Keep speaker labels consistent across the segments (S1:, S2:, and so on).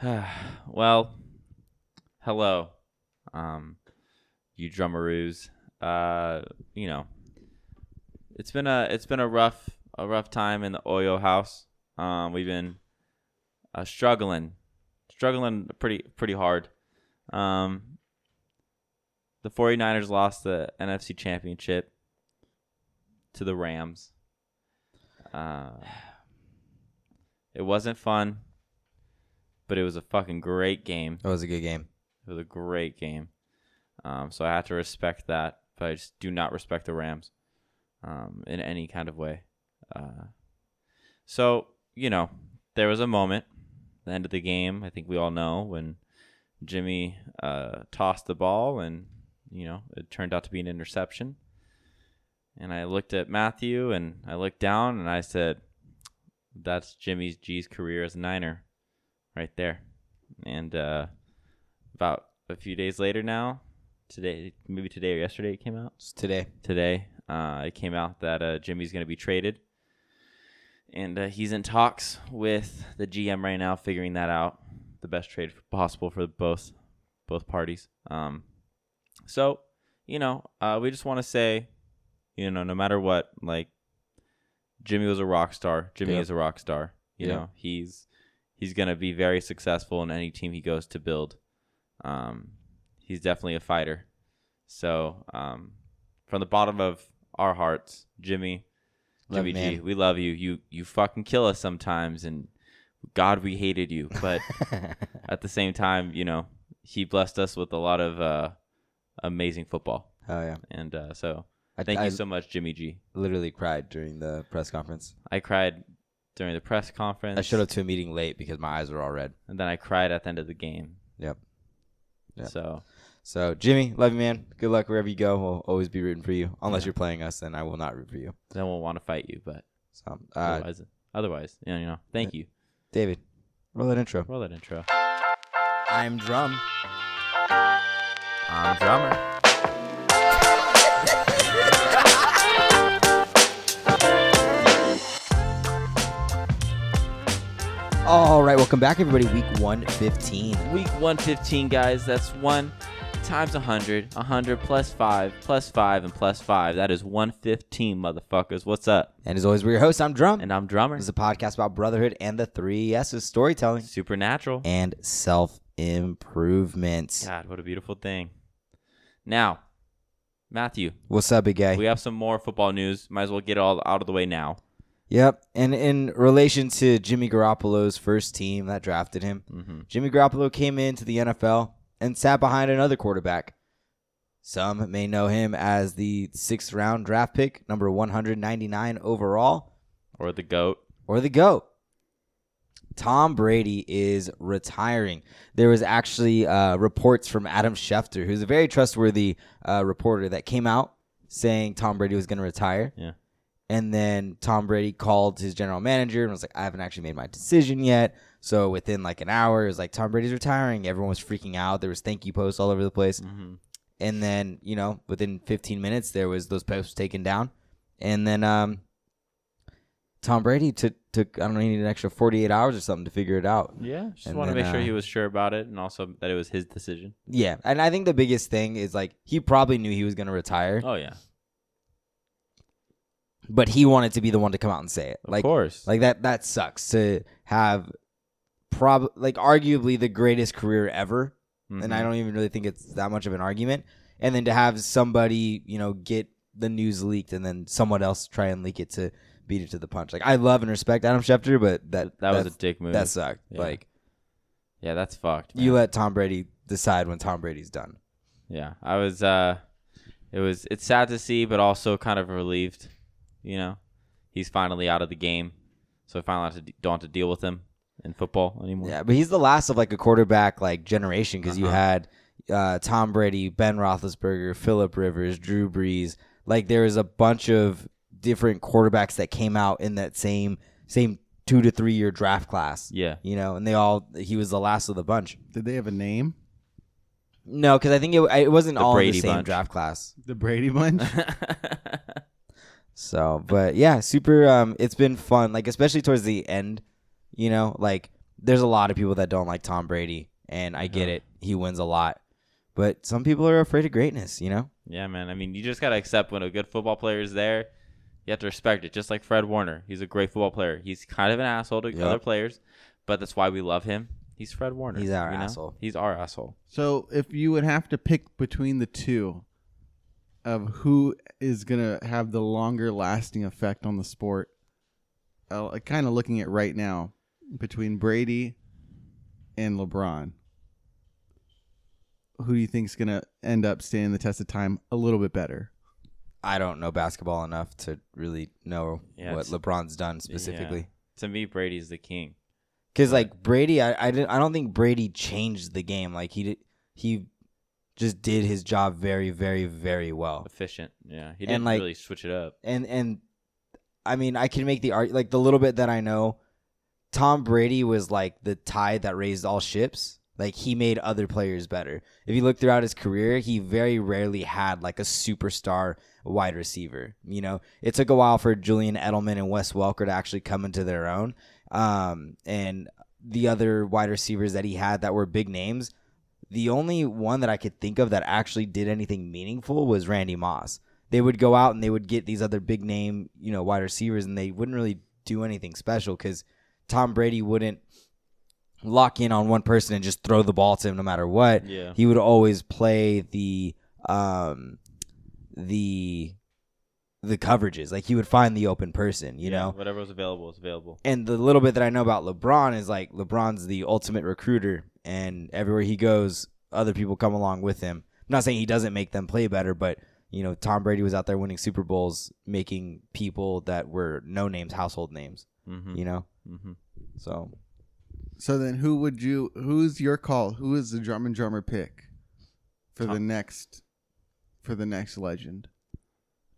S1: well, hello, um, you drummaroos. Uh, you know, it's been a it's been a rough a rough time in the Oyo house. Um, we've been uh, struggling, struggling pretty pretty hard. Um, the 49ers lost the NFC Championship to the Rams. Uh, it wasn't fun, but it was a fucking great game.
S2: That was a good game.
S1: It was a great game. Um, so I had to respect that, but I just do not respect the Rams um, in any kind of way. Uh, so, you know, there was a moment, the end of the game, I think we all know, when Jimmy uh, tossed the ball and, you know, it turned out to be an interception. And I looked at Matthew and I looked down and I said, that's Jimmy G's career as a Niner right there. And uh, about a few days later now, today, maybe today or yesterday it came out.
S2: It's today.
S1: Today uh, it came out that uh, Jimmy's going to be traded. And uh, he's in talks with the GM right now, figuring that out. The best trade possible for both both parties. Um, so, you know, uh, we just want to say, you know, no matter what, like Jimmy was a rock star. Jimmy
S2: Yep.
S1: is a rock star. You
S2: Yep.
S1: know, he's he's gonna be very successful in any team he goes to build. Um, he's definitely a fighter. So, um, from the bottom of our hearts, Jimmy,
S2: Love
S1: Jimmy
S2: you,
S1: G,
S2: man.
S1: we love you. You you fucking kill us sometimes, and God, we hated you. But at the same time, you know, he blessed us with a lot of uh, amazing football,
S2: oh yeah.
S1: and uh, so
S2: I,
S1: thank
S2: I
S1: you so much, Jimmy G.
S2: literally cried during the press conference.
S1: I cried during the press conference.
S2: I showed up to a meeting late because my eyes were all red.
S1: and then I cried at the end of the game.
S2: Yep. Yep.
S1: So
S2: So Jimmy, love you, man. Good luck wherever you go. We'll always be rooting for you. Unless you're playing us, then I will not root for you.
S1: then we'll want to fight you, but
S2: So, uh,
S1: otherwise, otherwise, you know, you know. Thank you.
S2: David, roll that intro.
S1: Roll that intro.
S2: I'm drum.
S1: I'm drummer.
S2: All right, welcome back, everybody. Week one fifteen.
S1: Week 115, guys. That's one times 100, 100 plus five, plus five, and plus five. That is 115, motherfuckers. What's up?
S2: And as always, we're your host. I'm drum.
S1: And I'm drummer.
S2: This is a podcast about brotherhood and the three S's: storytelling
S1: Supernatural.
S2: and self improvement.
S1: God, what a beautiful thing. Now, Matthew,
S2: What's up, big guy?
S1: we have some more football news. Might as well get it all out of the way now.
S2: Yep. And in relation to Jimmy Garoppolo's first team that drafted him,
S1: Mm-hmm.
S2: Jimmy Garoppolo came into the NFL and sat behind another quarterback. Some may know him as the sixth round draft pick, number 199 overall,
S1: Or the goat.
S2: or the GOAT. Tom Brady is retiring. There was actually uh, reports from Adam Schefter, who's a very trustworthy uh, reporter, that came out saying Tom Brady was going to retire.
S1: Yeah.
S2: And then Tom Brady called his general manager and was like, I haven't actually made my decision yet. So within like an hour, it was like, Tom Brady's retiring. Everyone was freaking out. There was thank you posts all over the place.
S1: Mm-hmm.
S2: And then, you know, within 15 minutes, there was those posts taken down. And then um, Tom Brady took, took, I don't know, he needed an extra 48 hours or something to figure it out.
S1: Yeah, just
S2: And
S1: want to
S2: then,
S1: make sure
S2: uh,
S1: he was sure about it, and also that it was his decision.
S2: Yeah. And I think the biggest thing is like, he probably knew he was going to retire,
S1: Oh yeah,
S2: but he wanted to be the one to come out and say it.
S1: of
S2: like,
S1: course.
S2: Like that that sucks to have prob like arguably the greatest career ever
S1: Mm-hmm.
S2: and I don't even really think it's that much of an argument and then to have somebody, you know, get the news leaked and then someone else try and leak it to beat it to the punch. Like I love and respect Adam Schefter, but that
S1: that was a
S2: that's-
S1: dick move.
S2: that sucked.
S1: Yeah.
S2: Like
S1: yeah, that's fucked.
S2: you
S1: man.
S2: let Tom Brady decide when Tom Brady's done.
S1: yeah, I was. uh It was. It's sad to see, but also kind of relieved. You know, he's finally out of the game, so I finally have to de- don't have to deal with him in football anymore.
S2: Yeah, but he's the last of like a quarterback like generation because you
S1: Uh-huh.
S2: had uh, Tom Brady, Ben Roethlisberger, Philip Rivers, Drew Brees. Like there was a bunch of different quarterbacks that came out in that same same two to three year draft class.
S1: Yeah.
S2: You know, and they all he was the last of the bunch.
S3: Did they have a name?
S2: No, because I think it it wasn't
S1: The
S2: all in
S1: Brady
S2: the same
S1: bunch.
S2: draft class.
S3: The Brady Bunch?
S2: So, but yeah, super. Um, it's been fun. Like especially towards the end, you know, like there's a lot of people that don't like Tom Brady, and I get
S1: Yeah.
S2: it. He wins a lot, but some people are afraid of greatness. You know,
S1: Yeah, man. I mean, you just gotta accept when a good football player is there. You have to respect it. Just like Fred Warner, he's a great football player. He's kind of an asshole to
S2: Yep.
S1: other players, but that's why we love him. He's Fred Warner.
S2: He's our
S1: you know?
S2: asshole.
S1: He's our asshole.
S3: So if you would have to pick between the two of who is gonna have the longer lasting effect on the sport, uh, kind of looking at right now between Brady and LeBron, who do you think's gonna end up standing the test of time a little bit better?
S2: I don't know basketball enough to really know
S1: Yeah,
S2: what
S1: it's-
S2: LeBron's done specifically.
S1: To me, Brady's the king.
S2: Because like Brady, I I, didn't, I don't think Brady changed the game. Like he did, he just did his job very very very well.
S1: Efficient. Yeah. He
S2: And,
S1: didn't
S2: like-
S1: really switch it up.
S2: and and I mean, I can make the art like the little bit that I know. Tom Brady was like the tide that raised all ships. Like he made other players better. If you look throughout his career, he very rarely had like a superstar wide receiver. You know, it took a while for Julian Edelman and Wes Welker to actually come into their own. Um, and the other wide receivers that he had that were big names, the only one that I could think of that actually did anything meaningful was Randy Moss. They would go out and they would get these other big name, you know, wide receivers, and they wouldn't really do anything special because Tom Brady wouldn't lock in on one person and just throw the ball to him no matter what.
S1: Yeah.
S2: He would always play the um the the coverages. Like he would find the open person, you
S1: Yeah,
S2: know
S1: whatever was available was available.
S2: and the little bit that I know about LeBron is like LeBron's the ultimate recruiter, and everywhere he goes, other people come along with him. I'm not saying he doesn't make them play better, but you know, Tom Brady was out there winning Super Bowls, making people that were no names household names.
S1: Mm-hmm.
S2: You know,
S1: Mm-hmm.
S2: so
S3: So then, who would you? Who's your call? Who is the drum and drummer pick for the
S1: Tom.
S3: next for the next legend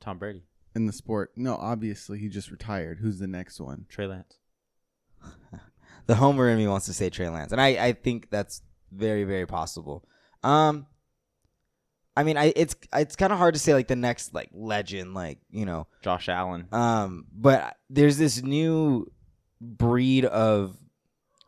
S1: Tom Brady,
S3: in the sport? No, obviously he just retired. Who's the next one?
S1: Trey Lance.
S2: the homer in me wants to say Trey Lance, and I, I think that's very very possible. Um, I mean, I it's it's kind of hard to say like the next like legend, like you know,
S1: Josh Allen.
S2: Um, but there's this new breed of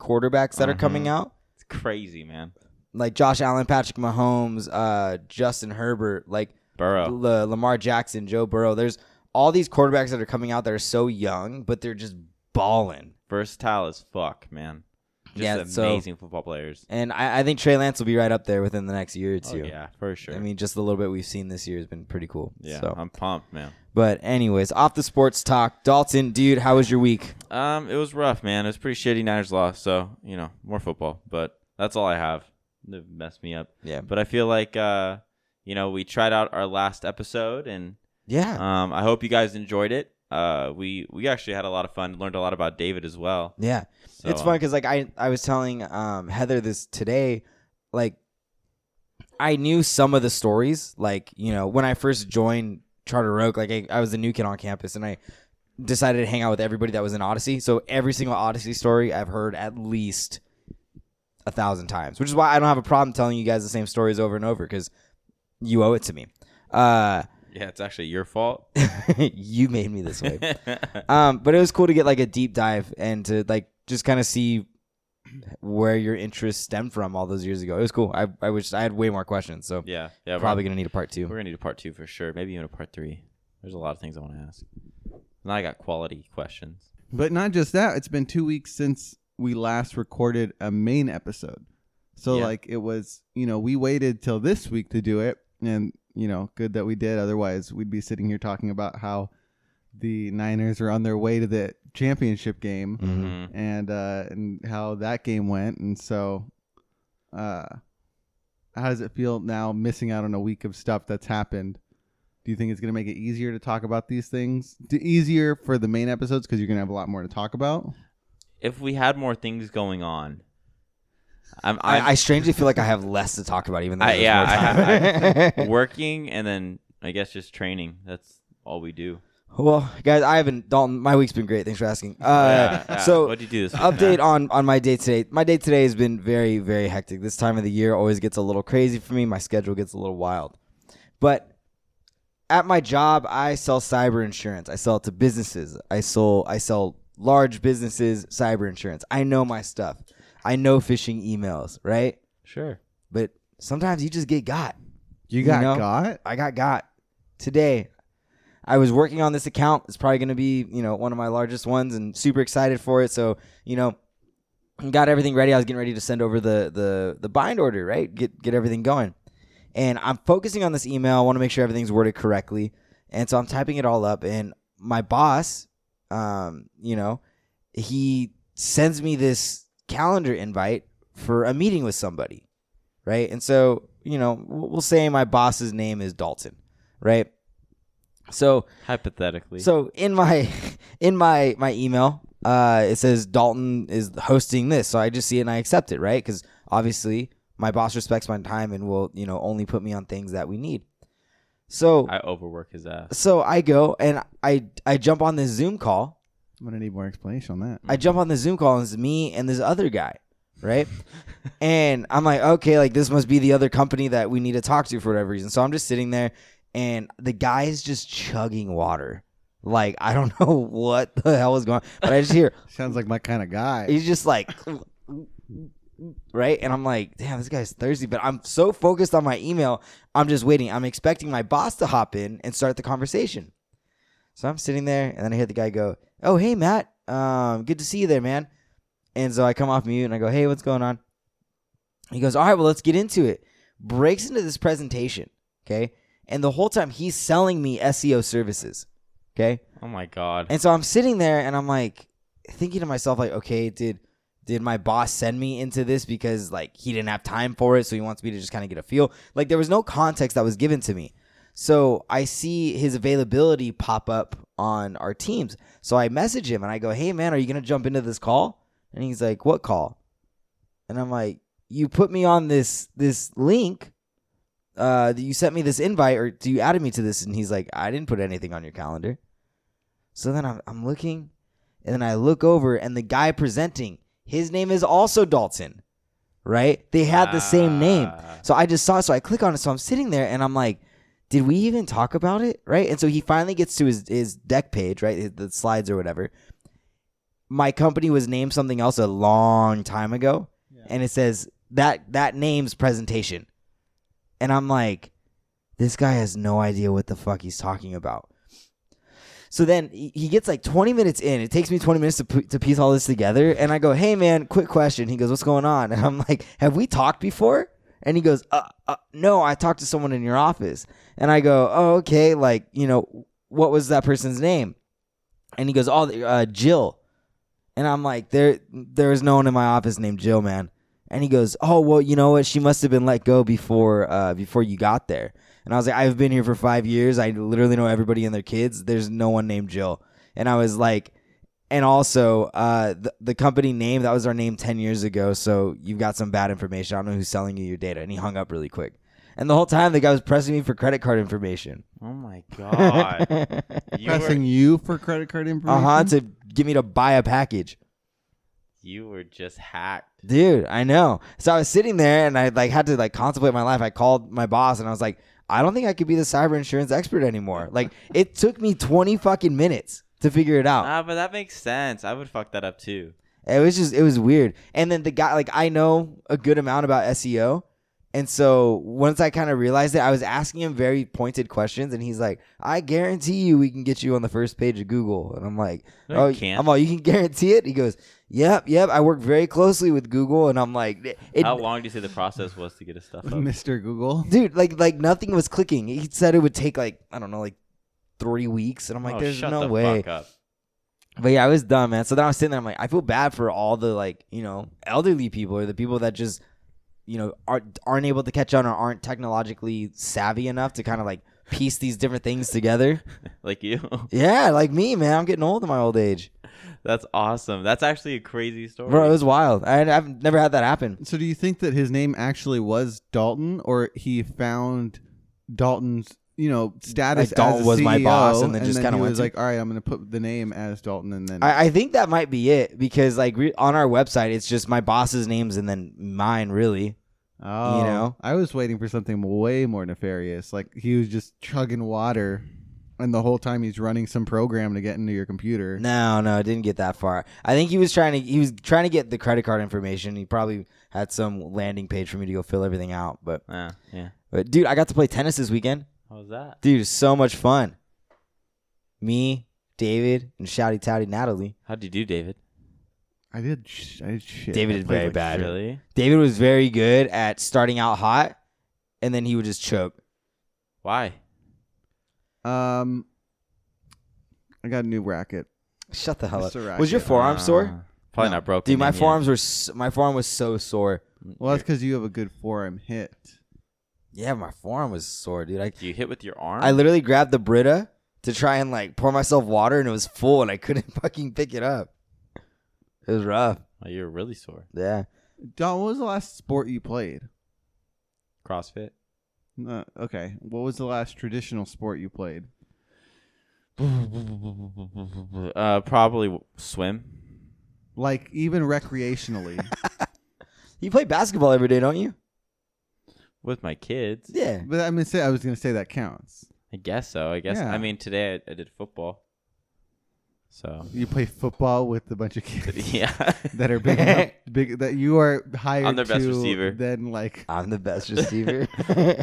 S2: quarterbacks that are coming
S1: Mhm.
S2: out,
S1: It's crazy, man.
S2: like Josh Allen, Patrick Mahomes, uh, Justin Herbert, like
S1: Burrow.
S2: La- Lamar Jackson, Joe Burrow. There's all these quarterbacks that are coming out that are so young, but they're just balling.
S1: Versatile as fuck, man. Just
S2: Yeah, so-
S1: amazing football players.
S2: And I, I think Trey Lance will be right up there within the next year or
S1: Oh,
S2: two.
S1: yeah, for sure.
S2: I mean, just the little bit we've seen this year has been pretty cool.
S1: yeah,
S2: So,
S1: I'm pumped, man.
S2: but anyways, off the sports talk. Dalton, dude, how was your week?
S1: Um, it was rough, man. It was pretty shitty. Niners lost, so you know more football. But that's all I have. It messed me up.
S2: Yeah.
S1: But I feel like uh, you know, we tried out our last episode, and
S2: Yeah.
S1: um, I hope you guys enjoyed it. Uh, we we actually had a lot of fun. Learned a lot about David as well.
S2: Yeah.
S1: So,
S2: it's
S1: um,
S2: fun because like I I was telling um Heather this today, like I knew some of the stories. Like you know when I first joined Charter Oak, like I, I was a new kid on campus and I decided to hang out with everybody that was in Odyssey. So every single Odyssey story I've heard at least a thousand times, which is why I don't have a problem telling you guys the same stories over and over because you owe it to me. Uh,
S1: Yeah, it's actually your fault.
S2: you made me this way.
S1: yeah,
S2: Um, but it was cool to get like a deep dive and to like just kind of see where your interests stemmed from all those years ago. It was cool. I, I wish I had way more questions, so
S1: yeah. we're-
S2: probably gonna need a part
S1: we're
S2: two.
S1: gonna need a part two for sure. Maybe even a part three. There's a lot of things I want to ask. Now I got quality questions.
S3: But not just that, it's been two weeks since we last recorded a main episode. So
S1: Yeah.
S3: like it was, you know, we waited till this week to do it, and you know, good that we did. Otherwise, we'd be sitting here talking about how the Niners are on their way to the championship game
S1: Mm-hmm.
S2: Mhm.
S3: and uh, and how that game went. And so, uh, how does it feel now missing out on a week of stuff that's happened? Do you think it's going to make it easier to talk about these things? D- easier for the main episodes because you're going to have a lot more to talk about.
S1: If we had more things going on, I'm, I'm
S2: I, I strangely feel like I have less to talk about, even though
S1: I-
S2: there's
S1: yeah,
S2: more
S1: I
S2: time.
S1: working and then I guess just training. That's all we do.
S2: well, guys, I haven't. Dalton, my week's been great. Thanks for asking. Uh,
S1: Yeah, yeah.
S2: So
S1: what'd you do this week,
S2: update
S1: Matt?
S2: on on my day today. My day today has been very very hectic. This time of the year always gets a little crazy for me. My schedule gets a little wild. But at my job, I sell cyber insurance. I sell it to businesses. I sell I sell large businesses cyber insurance. I know my stuff. I know phishing emails, right?
S1: Sure.
S2: But sometimes you just get got.
S3: You got
S2: know?
S3: got?
S2: I got got today. I was working on this account. It's probably going to be, you know, one of my largest ones and super excited for it. So, you know, got everything ready. I was getting ready to send over the the the bind order, right? Get get everything going. And I'm focusing on this email. I want to make sure everything's worded correctly. And so I'm typing it all up and my boss, um, you know, he sends me this calendar invite for a meeting with somebody right? And so, you know, we'll we'll say my boss's name is Dalton, right? So,
S1: Hypothetically.
S2: so in my in my my email, uh, it says Dalton is hosting this, so I just see it and I accept it, right? Because obviously, my boss respects my time and will, you know, only put me on things that we need. So,
S1: I overwork his ass.
S2: so I go and I I jump on this Zoom call,
S3: I'm gonna need more explanation on that.
S2: I jump on the Zoom call and it's me and this other guy, right? and I'm like, okay, like this must be the other company that we need to talk to for whatever reason. So I'm just sitting there and the guy is just chugging water. Like, I don't know what the hell is going on, but I just hear,
S3: Sounds like my kind of guy.
S2: he's just like, right? And I'm like, damn, this guy's thirsty. But I'm so focused on my email, I'm just waiting. I'm expecting my boss to hop in and start the conversation. So I'm sitting there, and then I hear the guy go, "Oh, hey, Matt, um, good to see you there, man." And so I come off mute and I go, "Hey, what's going on?" He goes, "All right, well, let's get into it." Breaks into this presentation, okay? And the whole time he's selling me SEO services, okay?
S1: Oh my god.
S2: And so I'm sitting there and I'm like thinking to myself, like, okay, did did my boss send me into this because like he didn't have time for it, so he wants me to just kind of get a feel? Like there was no context that was given to me. So I see his availability pop up on our teams. So I message him and I go, Hey man, are you gonna jump into this call? And he's like, What call? And I'm like, You put me on this this link. Uh, you sent me this invite or do you added me to this? And he's like, I didn't put anything on your calendar. So then I'm, I'm looking, and then I look over, and the guy presenting, his name is also Dalton, right? They had the same name.
S1: Ah.
S2: So I just saw, so I click on it. So I'm sitting there, and I'm like, did we even talk about it, right? And so he finally gets to his, his deck page, right? his- The slides or whatever. My company was named something else a long time ago, and it says that that name's presentation. And I'm like, this guy has no idea what the fuck he's talking about. So then he he gets like 20 minutes in. It takes me 20 minutes to, pu- to piece all this together. And I go, hey, man, quick question. He goes, what's going on? And I'm like, have we talked before? And he goes, uh, uh, no, I talked to someone in your office. And I go, oh, okay. Like, you know, what was that person's name? And he goes, oh, uh, Jill. And I'm like, there, there is no one in my office named Jill, man. And he goes, oh, well, you know what? She must have been let go before, uh, before you got there. And I was like, I've been here for five years. I literally know everybody and their kids. There's no one named Jill. And I was like, and also, uh, the, the company name, that was our name 10 years ago. So you've got some bad information. I don't know who's selling you your data. And he hung up really quick. And the whole time, the guy was pressing me for credit card information.
S1: oh my god. you
S3: Pressing
S1: were
S3: you for credit card
S2: Uh
S3: information.
S2: huh. To get me to buy a package.
S1: you were just hacked.
S2: Dude, I know. So I was sitting there and I like had to like contemplate my life. I called my boss and I was like, I don't think I could be the cyber insurance expert anymore. Like it took me 20 fucking minutes to figure it out.
S1: Ah, but that makes sense. I would fuck that up too.
S2: It was just it was weird. And then the guy like I know a good amount about SEO. And so once I kind of realized it, I was asking him very pointed questions and he's like, "I guarantee you we can get you on the first page of Google." And I'm like,
S1: No,
S2: "Oh,
S1: you can't."
S2: I'm all, you can guarantee it?" He goes, "Yep, yep, I work very closely with Google." And I'm like, it,
S1: How long do you say the process was to get his stuff up?
S3: Mr. Google.
S2: dude like like nothing was clicking he said it would take like i don't know like three weeks and i'm like
S1: Oh,
S2: there's
S1: shut
S2: no
S1: the
S2: way
S1: Fuck up.
S2: but yeah i was dumb man so then i was sitting there i'm like i feel bad for all the like you know elderly people or the people that just you know aren't aren't able to catch on or aren't technologically savvy enough to kind of like piece these different things together
S1: Like you.
S2: yeah like me man i'm getting old in my old age
S1: That's awesome. That's actually a crazy story.
S2: bro it was wild I, i've never had that happen
S3: So do you think that his name actually was Dalton, or he found Dalton's, you know, status?
S2: Like, Dalton
S3: as a E
S2: was my
S3: CEO,
S2: boss, and then just kinda
S3: he
S2: went
S3: was
S2: to-
S3: like, all right, I'm gonna put the name as Dalton, and then
S2: I, I think that might be it because like re- on our website it's just my boss's names and then mine really
S3: oh,
S2: know?
S3: I was waiting for something way more nefarious. Like he was just chugging water And the whole time he's running some program to get into your computer.
S2: No, no, it didn't get that far. I think he was trying to he was trying to get the credit card information. He probably had some landing page for me to go fill everything out. But
S1: Yeah, yeah.
S2: but dude, I got to play tennis this weekend.
S1: How was that?
S2: Dude, it's so much fun. Me, David, and Shouty Touty Natalie.
S1: How'd you do, David?
S3: I did. Sh- I did shit.
S2: David
S3: I
S2: did
S3: played
S2: very
S3: like
S2: bad.
S3: shit.
S1: Really?
S2: David was very good at starting out hot and then he would just choke.
S1: Why?
S3: Um, I got a new racket.
S2: Shut the hell up.
S3: Just a
S2: Was your
S3: racket.
S2: forearm
S1: Uh,
S2: sore?
S1: Probably
S3: No.
S1: not broken.
S2: Dude, my
S1: in yet.
S2: forearms were s my forearm was so sore.
S3: Well, that's because you have a good forearm hit.
S2: Yeah, my forearm was sore, dude. I
S1: Do you hit with your arm?
S2: I literally grabbed the Brita to try and like pour myself water and it was full and I couldn't fucking pick it up. It was rough.
S1: Oh, you're really sore.
S2: Yeah.
S3: Don, what was the last sport you played?
S1: CrossFit.
S3: Uh, okay, what was the last traditional sport you played?
S1: Uh, probably w- swim.
S3: Like even recreationally.
S2: You play basketball every day, don't you?
S1: With my kids,
S2: Yeah.
S3: but I'm gonna say I was gonna say that counts.
S1: I guess so. I guess.
S3: Yeah.
S1: I mean, today I, I did football. So
S3: You play football with a bunch of kids
S1: yeah,
S3: that are big, enough, big that you are higher.
S1: I'm their best
S3: to
S1: receiver.
S3: Then like
S2: I'm the best receiver.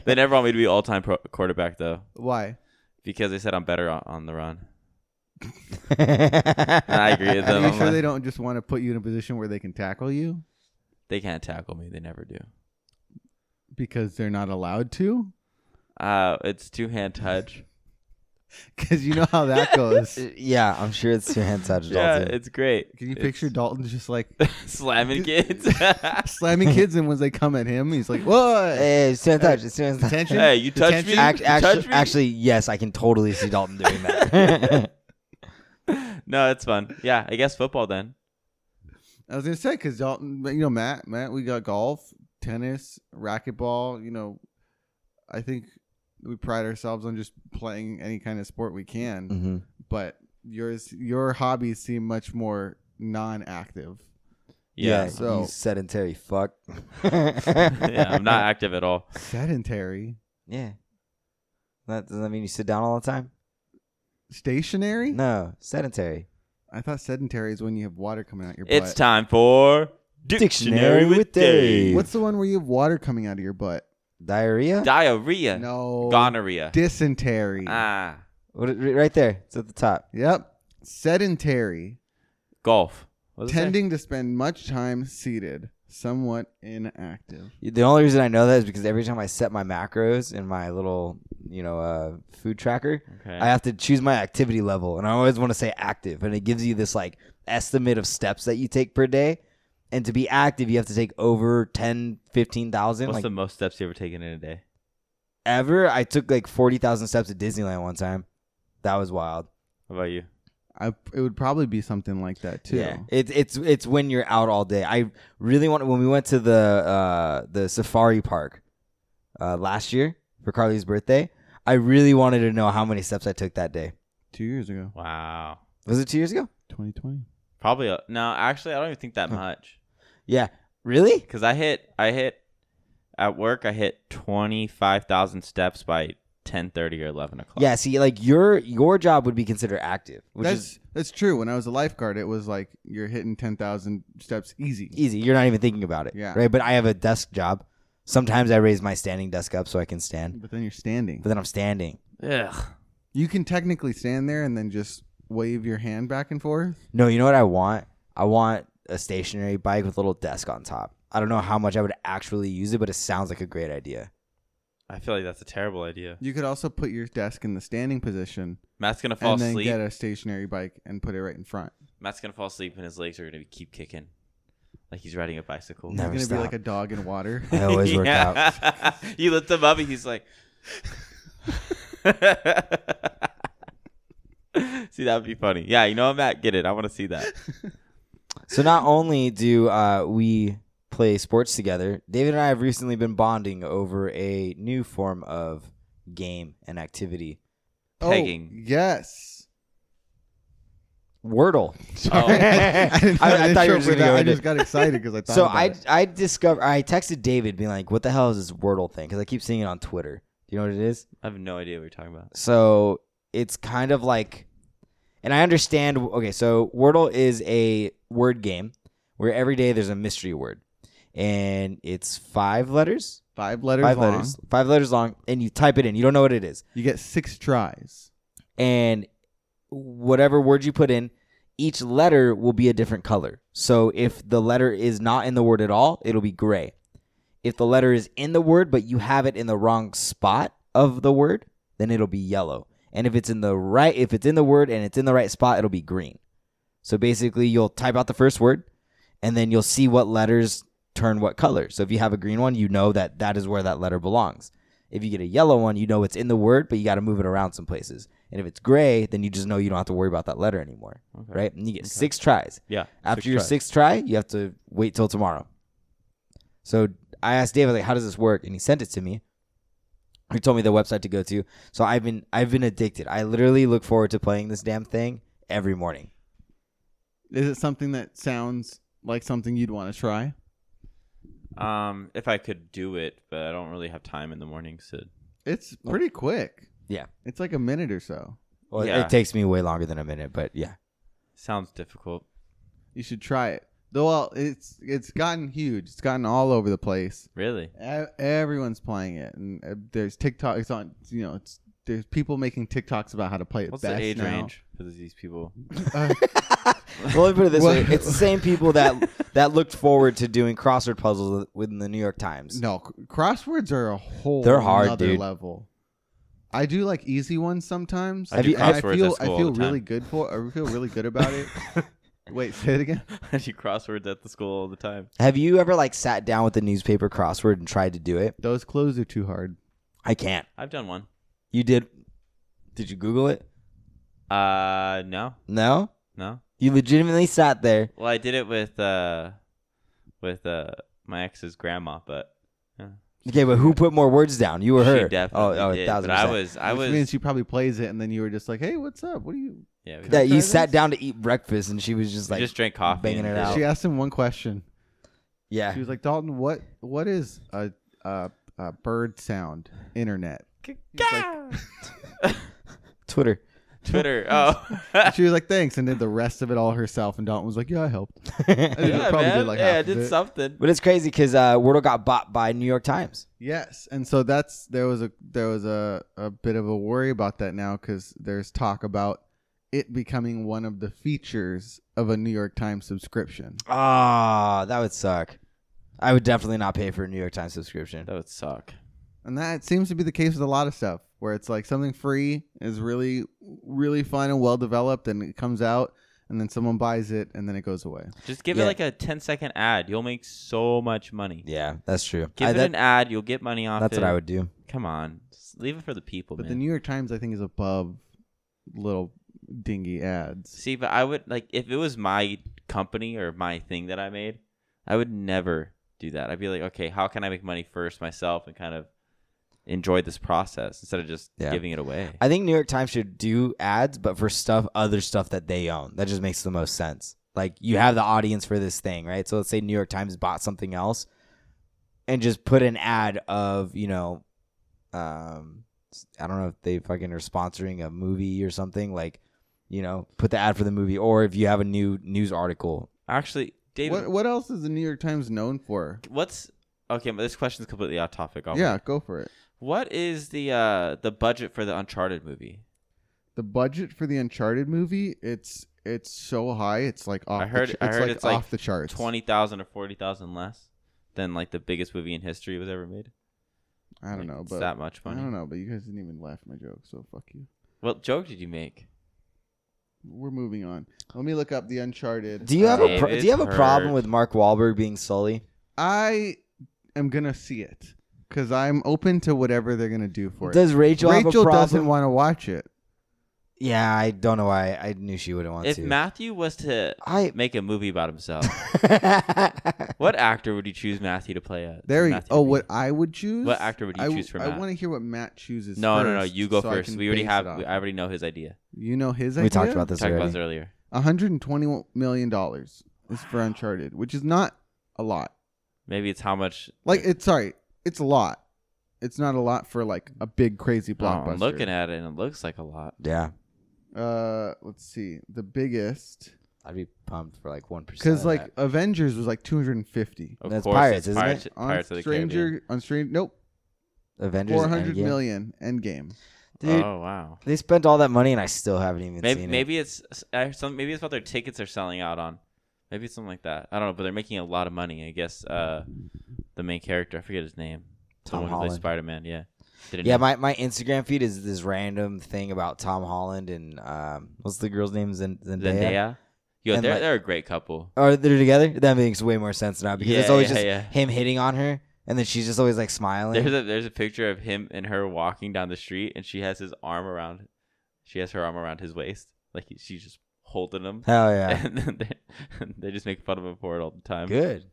S1: they never want me to be all-time pro- quarterback though,
S3: why?
S1: because they said I'm better on, on the run.
S2: I
S1: agree with
S3: Are
S1: them.
S3: you
S1: I'm
S3: sure
S1: like-
S3: they don't just want to put you in a position where they can tackle you
S1: They can't tackle me. They never do.
S3: because they're not allowed to?
S1: Uh, it's two-hand touch.
S3: Because you know how that goes.
S2: Yeah, I'm sure it's two hand touch.
S1: Yeah,
S2: Dalton.
S1: it's great.
S3: Can you
S1: It's
S3: picture Dalton just like
S1: slamming kids?
S3: slamming kids, and when they come at him, he's like, "What?"
S2: Hey, it's two hand touch. It's two hand touch.
S3: Attention.
S1: hey, you touch me?
S3: Detention?
S2: Act-
S1: You touch
S2: actually,
S1: me?
S2: actually, yes, I can totally see Dalton doing that.
S1: no, it's fun. Yeah, I guess football then.
S3: I was gonna say because Dalton, you know, Matt, Matt, we got golf, tennis, racquetball. You know, I think we pride ourselves on just playing any kind of sport we can.
S1: Mm.
S2: hmm
S3: But yours, your hobbies seem much more non-active.
S1: Yeah.
S3: so-
S2: you sedentary fuck.
S1: yeah, I'm not active at all.
S3: Sedentary,
S2: Yeah. That does that mean you sit down all the time?
S3: stationary.
S2: No, sedentary.
S3: I thought sedentary is when you have water coming out your butt.
S1: It's time for
S2: Dictionary
S1: Dictionary
S2: with
S1: with
S2: Dave.
S1: Dave.
S3: What's the one where you have water coming out of your butt?
S2: Diarrhea.
S1: Diarrhea.
S3: No,
S1: Gonorrhea.
S3: dysentery.
S1: ah.
S2: What it- right there. It's at the top.
S3: Yep, sedentary.
S1: Golf. What does it say?
S3: tending to spend much time seated, somewhat inactive.
S2: The only reason I know that is because every time I set my macros in my little, you know, uh, food tracker,
S1: Okay.
S2: I have to choose my activity level, and I always want to say active, and it gives you this like estimate of steps that you take per day. And to be active, you have to take over 10, 15,000.
S1: What's
S2: Like
S1: the most steps you ever taken in a day?
S2: ever, I took like 40,000 steps at Disneyland one time. That was wild.
S1: How about you?
S3: I it would probably be something like that too.
S2: Yeah. It's it's it's when you're out all day. I really want when we went to the uh the safari park uh last year for Carly's birthday, I really wanted to know how many steps I took that day.
S3: Two years ago,
S1: Wow.
S2: Was it 2 years ago?
S3: 2020.
S1: Probably a, no. Actually, I don't even think that much.
S2: Yeah. Really?
S1: Cause I hit, I hit at work. I hit twenty five thousand steps by ten thirty or eleven o'clock.
S2: Yeah, see like your your job would be considered active, which
S3: That's
S2: is
S3: that's true. When I was a lifeguard, it was like you're hitting ten thousand steps easy.
S2: easy. You're not even thinking about it.
S3: Yeah.
S2: Right. But I have a desk job. Sometimes I raise my standing desk up so I can stand,
S3: But then you're standing.
S2: but then I'm standing.
S1: Ugh.
S3: You can technically stand there and then just wave your hand back and forth.
S2: No, you know what I want? I want a stationary bike with a little desk on top. I don't know how much I would actually use it, but it sounds like a great idea.
S1: I feel like that's a terrible idea.
S3: You could also put your desk in the standing position
S1: Matt's gonna fall
S3: and then
S1: asleep.
S3: get a stationary bike and put it right in front.
S1: Matt's gonna fall asleep and his legs are gonna keep kicking, like he's riding a bicycle.
S2: No.
S3: You're
S2: Never
S3: gonna
S2: stop.
S3: be like a dog in water.
S2: I always work out.
S1: out. you lift him up and he's like, see that would be funny. Yeah, you know what, Matt, get it. I want to see that.
S2: So not only do uh, we play sports together, David and I have recently been bonding over a new form of game and activity.
S1: Pegging.
S3: Oh, yes.
S2: Wordle.
S1: Oh.
S3: I, didn't
S2: I-
S3: have
S2: I
S3: an
S2: thought you were
S3: intro
S2: just
S3: for
S2: gonna
S3: that.
S2: go
S3: I
S2: into-
S3: just got excited because I thought.
S2: So
S3: about
S2: I
S3: it.
S2: I discovered I texted David being like, "What the hell is this Wordle thing?" Because I keep seeing it on Twitter. Do you know what it is?
S1: I have no idea what you're talking about.
S2: So it's kind of like, and I understand. Okay, so Wordle is a word game where every day there's a mystery word, and it's five letters.
S3: Five letters
S2: five
S3: long.
S2: letters. Five letters long, and you type it in. You don't know what it is
S3: You get six tries.
S2: and whatever word you put in, each letter will be a different color. So if the letter is not in the word at all, it'll be gray. If the letter is in the word but you have it in the wrong spot of the word, then it'll be yellow. And if it's in the right if it's in the word and it's in the right spot, it'll be green. So basically you'll type out the first word and then you'll see what letters turn what color. So if you have a green one, you know that that is where that letter belongs. If you get a yellow one, you know it's in the word, but you got to move it around some places. And if it's gray, then you just know you don't have to worry about that letter anymore,
S1: Okay.
S2: right? And you get six tries.
S1: Yeah.
S2: After
S1: six
S2: your
S1: tries.
S2: sixth try, you have to wait till tomorrow. So I asked David, like, how does this work? And he sent it to me. He told me the website to go to. So I've been I've been addicted. I literally look forward to playing this damn thing every morning.
S3: Is it something that sounds like something you'd want to try?
S1: Um, if I could do it, but I don't really have time in the mornings to.
S3: It's pretty quick.
S2: Yeah.
S3: It's like a minute or so.
S2: Well,
S1: Yeah.
S2: it takes me way longer than a minute, but yeah.
S1: Sounds difficult.
S3: You should try it. Though well, it's it's gotten huge. It's gotten all over the place.
S1: Really?
S3: E- Everyone's playing it, and uh, there's TikTok. It's on. You know, it's there's people making TikToks about how to play it.
S1: What's
S3: best
S1: the age
S3: now.
S1: range for these people?
S3: Uh,
S2: well, let me put it this way:
S3: What-
S2: it's the same people that that looked forward to doing crossword puzzles within the New York Times.
S3: no, c- crosswords are a whole.
S2: They're hard,
S3: nother
S2: dude.
S3: Level. I do like easy ones sometimes.
S1: I do
S3: and I
S1: crosswords
S3: feel
S1: at school all
S3: I feel
S1: the time.
S3: really good for. I feel really good about it. Wait, say it again.
S1: I do crosswords at the school all the time.
S2: Have you ever like sat down with a newspaper crossword and tried to do it?
S3: Those clothes are too hard.
S2: I can't.
S1: I've done one.
S2: You did? Did you Google it?
S1: Uh, no,
S2: No.
S1: no.
S2: You legitimately sat there.
S1: Well, I did it with uh, with uh, my ex's grandma, but yeah.
S2: Okay, but who put more words down? You or her?
S1: she definitely
S2: oh, oh,
S1: did.
S2: thousand
S1: But I
S2: percent.
S1: was, I
S3: Which
S1: was,
S3: means she probably plays it, and then you were just like, "Hey, what's up? What are you?"
S1: yeah. We
S2: Yeah, you
S3: Try
S2: sat
S3: this?
S2: down to eat breakfast, and she was just
S1: we
S2: like,
S1: just drank coffee.
S2: banging
S1: and
S2: it
S1: did
S2: out.
S3: She asked him one question.
S2: "Yeah,
S3: She was like, "Dalton, what what is a a, a bird sound internet?"
S2: Twitter."
S1: Twitter. Oh,
S3: She was like, "Thanks," and did the rest of it all herself. And Dalton was like, "Yeah, I helped." I
S2: but
S3: think I
S1: yeah,
S3: probably did
S1: man.
S3: like
S1: yeah,
S3: half
S1: I
S3: of
S1: did
S3: it.
S1: something.
S2: it's crazy because uh, Wordle got bought by New York Times.
S3: Yes, and so that's there was a there was a a bit of a worry about that now because there's talk about it becoming one of the features of a New York Times subscription.
S2: Ah, that would suck. I would definitely not pay for a New York Times subscription.
S1: That would suck.
S3: And that seems to be the case with a lot of stuff where it's like something free is really, really fun and well developed and it comes out and then someone buys it and then it goes away.
S1: Just give
S2: Yeah.
S1: it like a 10 second ad. You'll make so much money.
S2: Yeah, that's true.
S1: Give
S2: I-
S1: it
S2: that-
S1: an ad. You'll get money off
S2: that's
S1: it.
S2: what I would do.
S1: Come on. Just leave it for the people,
S3: But
S1: man.
S3: the New York Times, I think, is above little dingy ads.
S1: See, but I would like if it was my company or my thing that I made, I would never do that. I'd be like, okay, how can I make money first myself and kind of enjoy this process instead of just
S2: Yeah.
S1: giving it away?
S2: I think New York Times should do ads, but for stuff, other stuff that they own. That just makes the most sense. Like you have the audience for this thing, right? So let's say New York Times bought something else, and just put an ad of you know, um, I don't know if they fucking are sponsoring a movie or something. Like, you know, put the ad for the movie, or if you have a new news article.
S1: Actually, David,
S3: What, what else is the New York Times known for?
S1: what's okay? But this question's completely off topic. Already.
S3: Yeah, go for it.
S1: What is the uh the budget for the Uncharted movie?
S3: The budget for the Uncharted movie, it's it's so high, it's like off.
S1: I heard.
S3: the ch-
S1: I
S3: it's
S1: heard
S3: like
S1: it's
S3: off
S1: like
S3: the charts.
S1: twenty thousand or forty thousand less than like the biggest movie in history was ever made.
S3: I don't
S1: Like,
S3: know,
S1: it's
S3: but
S1: that much
S3: I
S1: money.
S3: don't know, but you guys didn't even laugh at my joke, so fuck you.
S1: What joke did you make?
S3: We're moving on. Let me look up the Uncharted.
S2: Do you have a
S1: David
S2: pro- do you have a problem
S1: Hurd.
S2: with Mark Wahlberg being Sully?
S3: I am gonna see it because I'm open to whatever they're gonna do for it.
S2: Does Rachel, have a
S3: Rachel
S2: problem?
S3: doesn't want to watch it.
S2: yeah, I don't know why. I knew she wouldn't want
S1: if
S2: to.
S1: Matthew was to
S2: I
S1: make a movie about himself, what actor would you choose Matthew to play as?
S3: There. You,
S1: Matthew
S3: oh,
S1: to be?
S3: what I would choose?
S1: What actor would you
S3: I,
S1: choose for
S3: I
S1: Matt?
S3: want to hear what Matt chooses.
S1: No,
S3: first,
S1: no, no. You go
S3: so I
S1: first.
S3: can
S1: We already
S3: base
S1: have.
S3: it off.
S1: I already know his idea.
S3: you know his idea.
S2: we talked about this
S1: Talked about
S2: already.
S1: this earher.
S3: 120 million dollars is for Uncharted, which is not a lot.
S1: Maybe it's how much.
S3: Like it's sorry, it's a lot. it's not a lot for like a big crazy
S1: Oh,
S3: blockbuster.
S1: I'm looking at it and it looks like a lot.
S2: Yeah,
S3: Uh, let's see. The biggest
S2: I'd be pumped for like one percent.
S3: because like Avengers was like 250.
S1: Of
S2: That's
S1: course,
S2: Pirates,
S1: it's
S2: isn't it?
S1: Pirates,
S3: On
S1: Pirates of the Caribbean.
S3: Stranger on Stranger Nope,
S2: Avengers
S3: 400
S2: Endgame.
S3: million Endgame.
S2: Dude,
S1: Oh wow.
S2: they spent all that money and I still haven't even
S1: Maybe
S2: seen
S1: maybe it's uh, some maybe it's what their tickets are selling out on. Maybe it's something like that. I don't know, but they're making a lot of money. I guess uh, the main character, I forget his name, the
S2: Tom
S1: one who plays
S2: Holland.
S1: Spider Man. Yeah.
S2: it.
S1: Didn't
S2: Yeah,
S1: know.
S2: my, my Instagram feed is this random thing about Tom Holland and um, what's the girl's name? Zend- Zendaya.
S1: Zendaya. Yo,
S2: And,
S1: they're
S2: like-
S1: they're a great couple.
S2: Or they're together. That makes way more sense now because it's
S1: Yeah,
S2: always
S1: yeah,
S2: just
S1: yeah.
S2: him hitting on her, and then she's just always like smiling.
S1: There's a there's a picture of him and her walking down the street, and she has his arm around, she has her arm around his waist, like he, she's just holding him,
S2: Hell yeah,
S1: and then they, they just make fun of him for it all the time.
S2: good.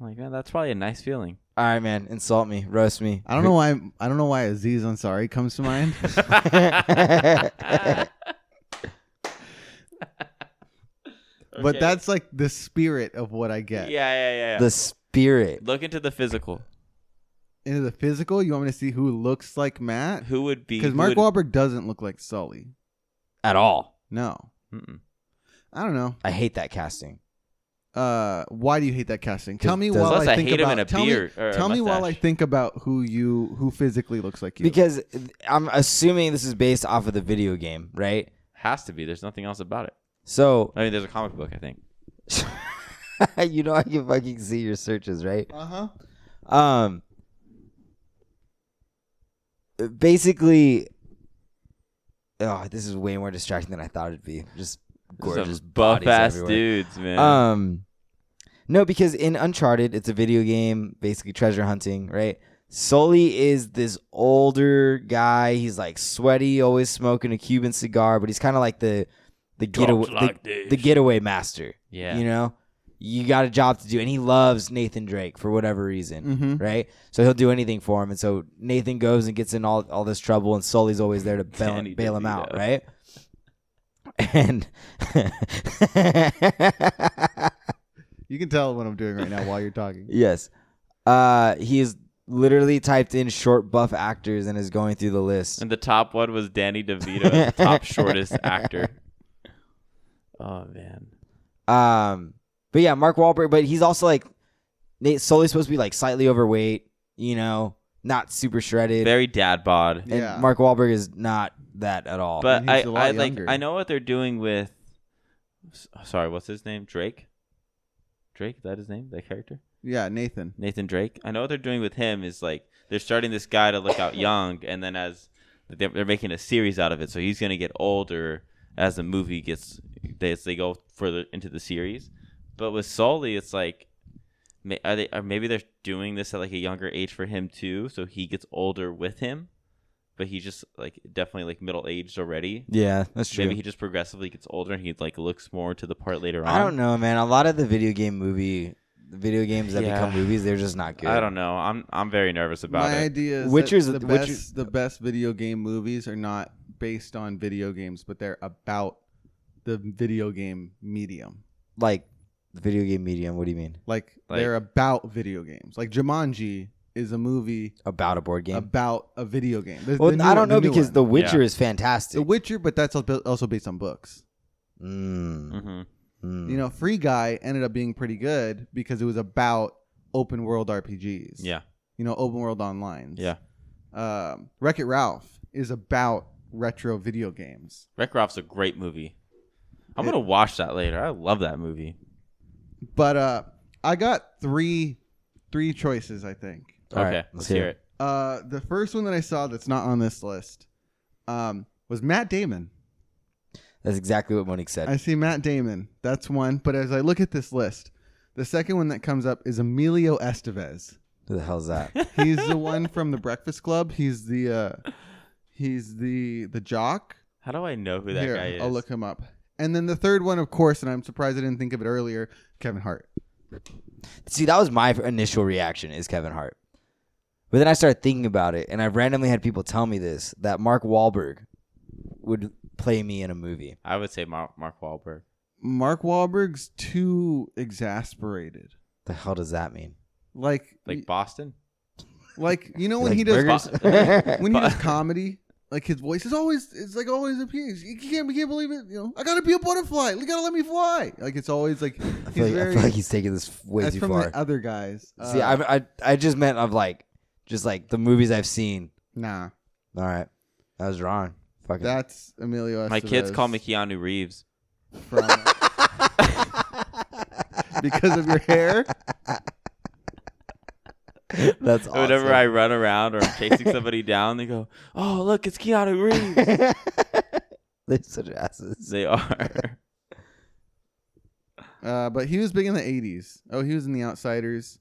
S1: I'm like man, that's probably a nice feeling.
S2: All right, man. Insult me, roast me.
S3: I don't know why I don't know why Aziz Ansari comes to mind. But
S1: Okay.
S3: that's like the spirit of what I
S1: yeah,
S3: get.
S1: yeah, yeah. yeah.
S2: the spirit.
S1: Look into the physical.
S3: Into the physical, you want me to see who looks like Matt?
S1: Who would be?
S3: Because
S1: who would,
S3: Mark Wahlberg doesn't look like Sully.
S2: At all,
S3: No,
S1: Mm-mm.
S3: I don't know.
S2: I hate that casting.
S3: Uh, why do you hate that casting? Tell me
S2: Does-
S3: while
S1: Plus, I,
S3: I think
S1: hate
S3: about
S1: him in a
S3: tell me-
S1: beard. or a
S3: Tell me while I
S1: mustache.
S3: think about who you who physically looks like you.
S2: Because I'm assuming this is based off of the video game, right?
S1: Has to be. There's nothing else about it.
S2: So
S1: I mean, there's a comic book. I think.
S2: you know I can fucking see your searches, right?
S3: uh huh.
S2: Um basically Oh, this is way more distracting than I thought it'd be. Just gorgeous
S1: buff
S2: bodies
S1: ass
S2: everywhere.
S1: dudes, man.
S2: Um, no, because in Uncharted, it's a video game, basically treasure hunting, right? Sully is this older guy. He's like sweaty, always smoking a Cuban cigar, but he's kind of like the the getaway the, the getaway master.
S1: yeah.
S2: You know, you got a job to do, and he loves Nathan Drake for whatever reason
S3: Mm-hmm.
S2: right? So he'll do anything for him. And so Nathan goes and gets in all, all this trouble, and Sully's always there to bail,
S1: Danny
S2: bail him out,
S1: DeVito.
S2: right? And
S3: You can tell what I'm doing right now while you're talking.
S2: yes, uh, he is literally typed in short buff actors and is going through the list.
S1: And the top one was Danny DeVito, the top shortest actor. Oh man.
S2: Um, but yeah, Mark Wahlberg, but he's also like Nate Sully's supposed to be like slightly overweight, you know, not super shredded.
S1: Very dad bod.
S2: and
S3: Yeah.
S2: Mark Wahlberg is not that at all.
S1: But
S3: he's
S1: I,
S3: a lot
S1: I like
S3: younger.
S1: I know what they're doing with s- sorry, what's his name? Drake? Drake, is that his name? That character?
S3: Yeah, Nathan.
S1: Nathan Drake. I know what they're doing with him is like they're starting this guy to look out young and then as they're, they're making a series out of it. So he's going to get older as the movie gets they, as they go further into the series. But with Sully, it's like may, are they are maybe they're doing this at like a younger age for him too, so he gets older with him. But he's just like definitely like middle aged already.
S2: yeah, that's true.
S1: Maybe he just progressively gets older and he like looks more to the part later on.
S2: I don't know, man. A lot of the video game movie, the video games that
S1: Yeah.
S2: become movies, they're just not good.
S1: I don't know. I'm I'm very nervous about
S3: My
S1: it.
S3: idea is
S2: Witcher's-
S3: that the
S2: Witcher-
S3: best the best video game movies are not based on video games, but they're about the video game medium.
S2: like the video game medium. What do you mean
S3: Like,
S1: Like-
S3: they're about video games. Like Jumanji is a movie
S2: about a board game?
S3: about a video game. The- the
S2: well,
S3: new
S2: I
S3: one-
S2: don't know
S3: new
S2: because
S3: one.
S2: The Witcher
S1: Yeah.
S2: is fantastic.
S3: The Witcher, but that's al- also based on books.
S2: mm,
S1: hmm
S2: mm.
S3: You know, Free Guy ended up being pretty good because it was about open world RPGs.
S1: Yeah.
S3: You know, open world online.
S1: Yeah.
S3: Um, Wreck It Ralph is about retro video games,
S1: Wreck Ralph's a great movie. I'm
S3: It-
S1: gonna watch that later. I love that movie.
S3: but uh, I got three, three choices. I think.
S2: All right,
S1: okay, let's, hear it.
S3: Uh, the first one that I saw that's not on this list, um, was Matt Damon.
S2: That's exactly what Monique said.
S3: I see Matt Damon. That's one. But as I look at this list, the second one that comes up is Emilio Estevez.
S2: Who the hell's that?
S3: He's the one from the Breakfast Club. He's the uh, he's the the jock.
S1: How do I know who that
S3: Here,
S1: guy is?
S3: I'll look him up. And then the third one, of course, and I'm surprised I didn't think of it earlier. Kevin Hart.
S2: See, that was my initial reaction is Kevin Hart. But then I started thinking about it, and I randomly had people tell me this that Mark Wahlberg would play me in a movie.
S1: I would say Mark, Mark Wahlberg.
S3: Mark Wahlberg's too exasperated.
S2: The hell does that mean?
S3: Like,
S1: Like Boston?
S3: Like you know when
S2: Like
S3: he does
S2: burgers?
S3: when he does
S1: But-
S3: comedy, like his voice is always it's like always a piece. You can't we can't believe it. You know, I gotta be a butterfly. You gotta let me fly. Like it's always like
S2: I
S3: he's
S2: feel, like, I
S3: very.
S2: feel like he's taking this f- way
S3: that's
S2: too
S3: from
S2: far.
S3: the other guys.
S2: See,
S3: Uh,
S2: I, I I just meant of like just like the movies I've seen.
S3: nah,
S2: All right, I was wrong. Fucking
S3: that's Emilio.
S1: My kids
S3: Estevez
S1: call me Keanu Reeves.
S3: from, because of your hair.
S2: that's
S1: And
S2: awesome.
S1: Whenever I run around or I'm chasing somebody down, they go, "Oh, look, it's Keanu Reeves."
S2: They're such asses.
S1: they are.
S3: Uh, but he was big in the '80s. Oh, he was in The Outsiders.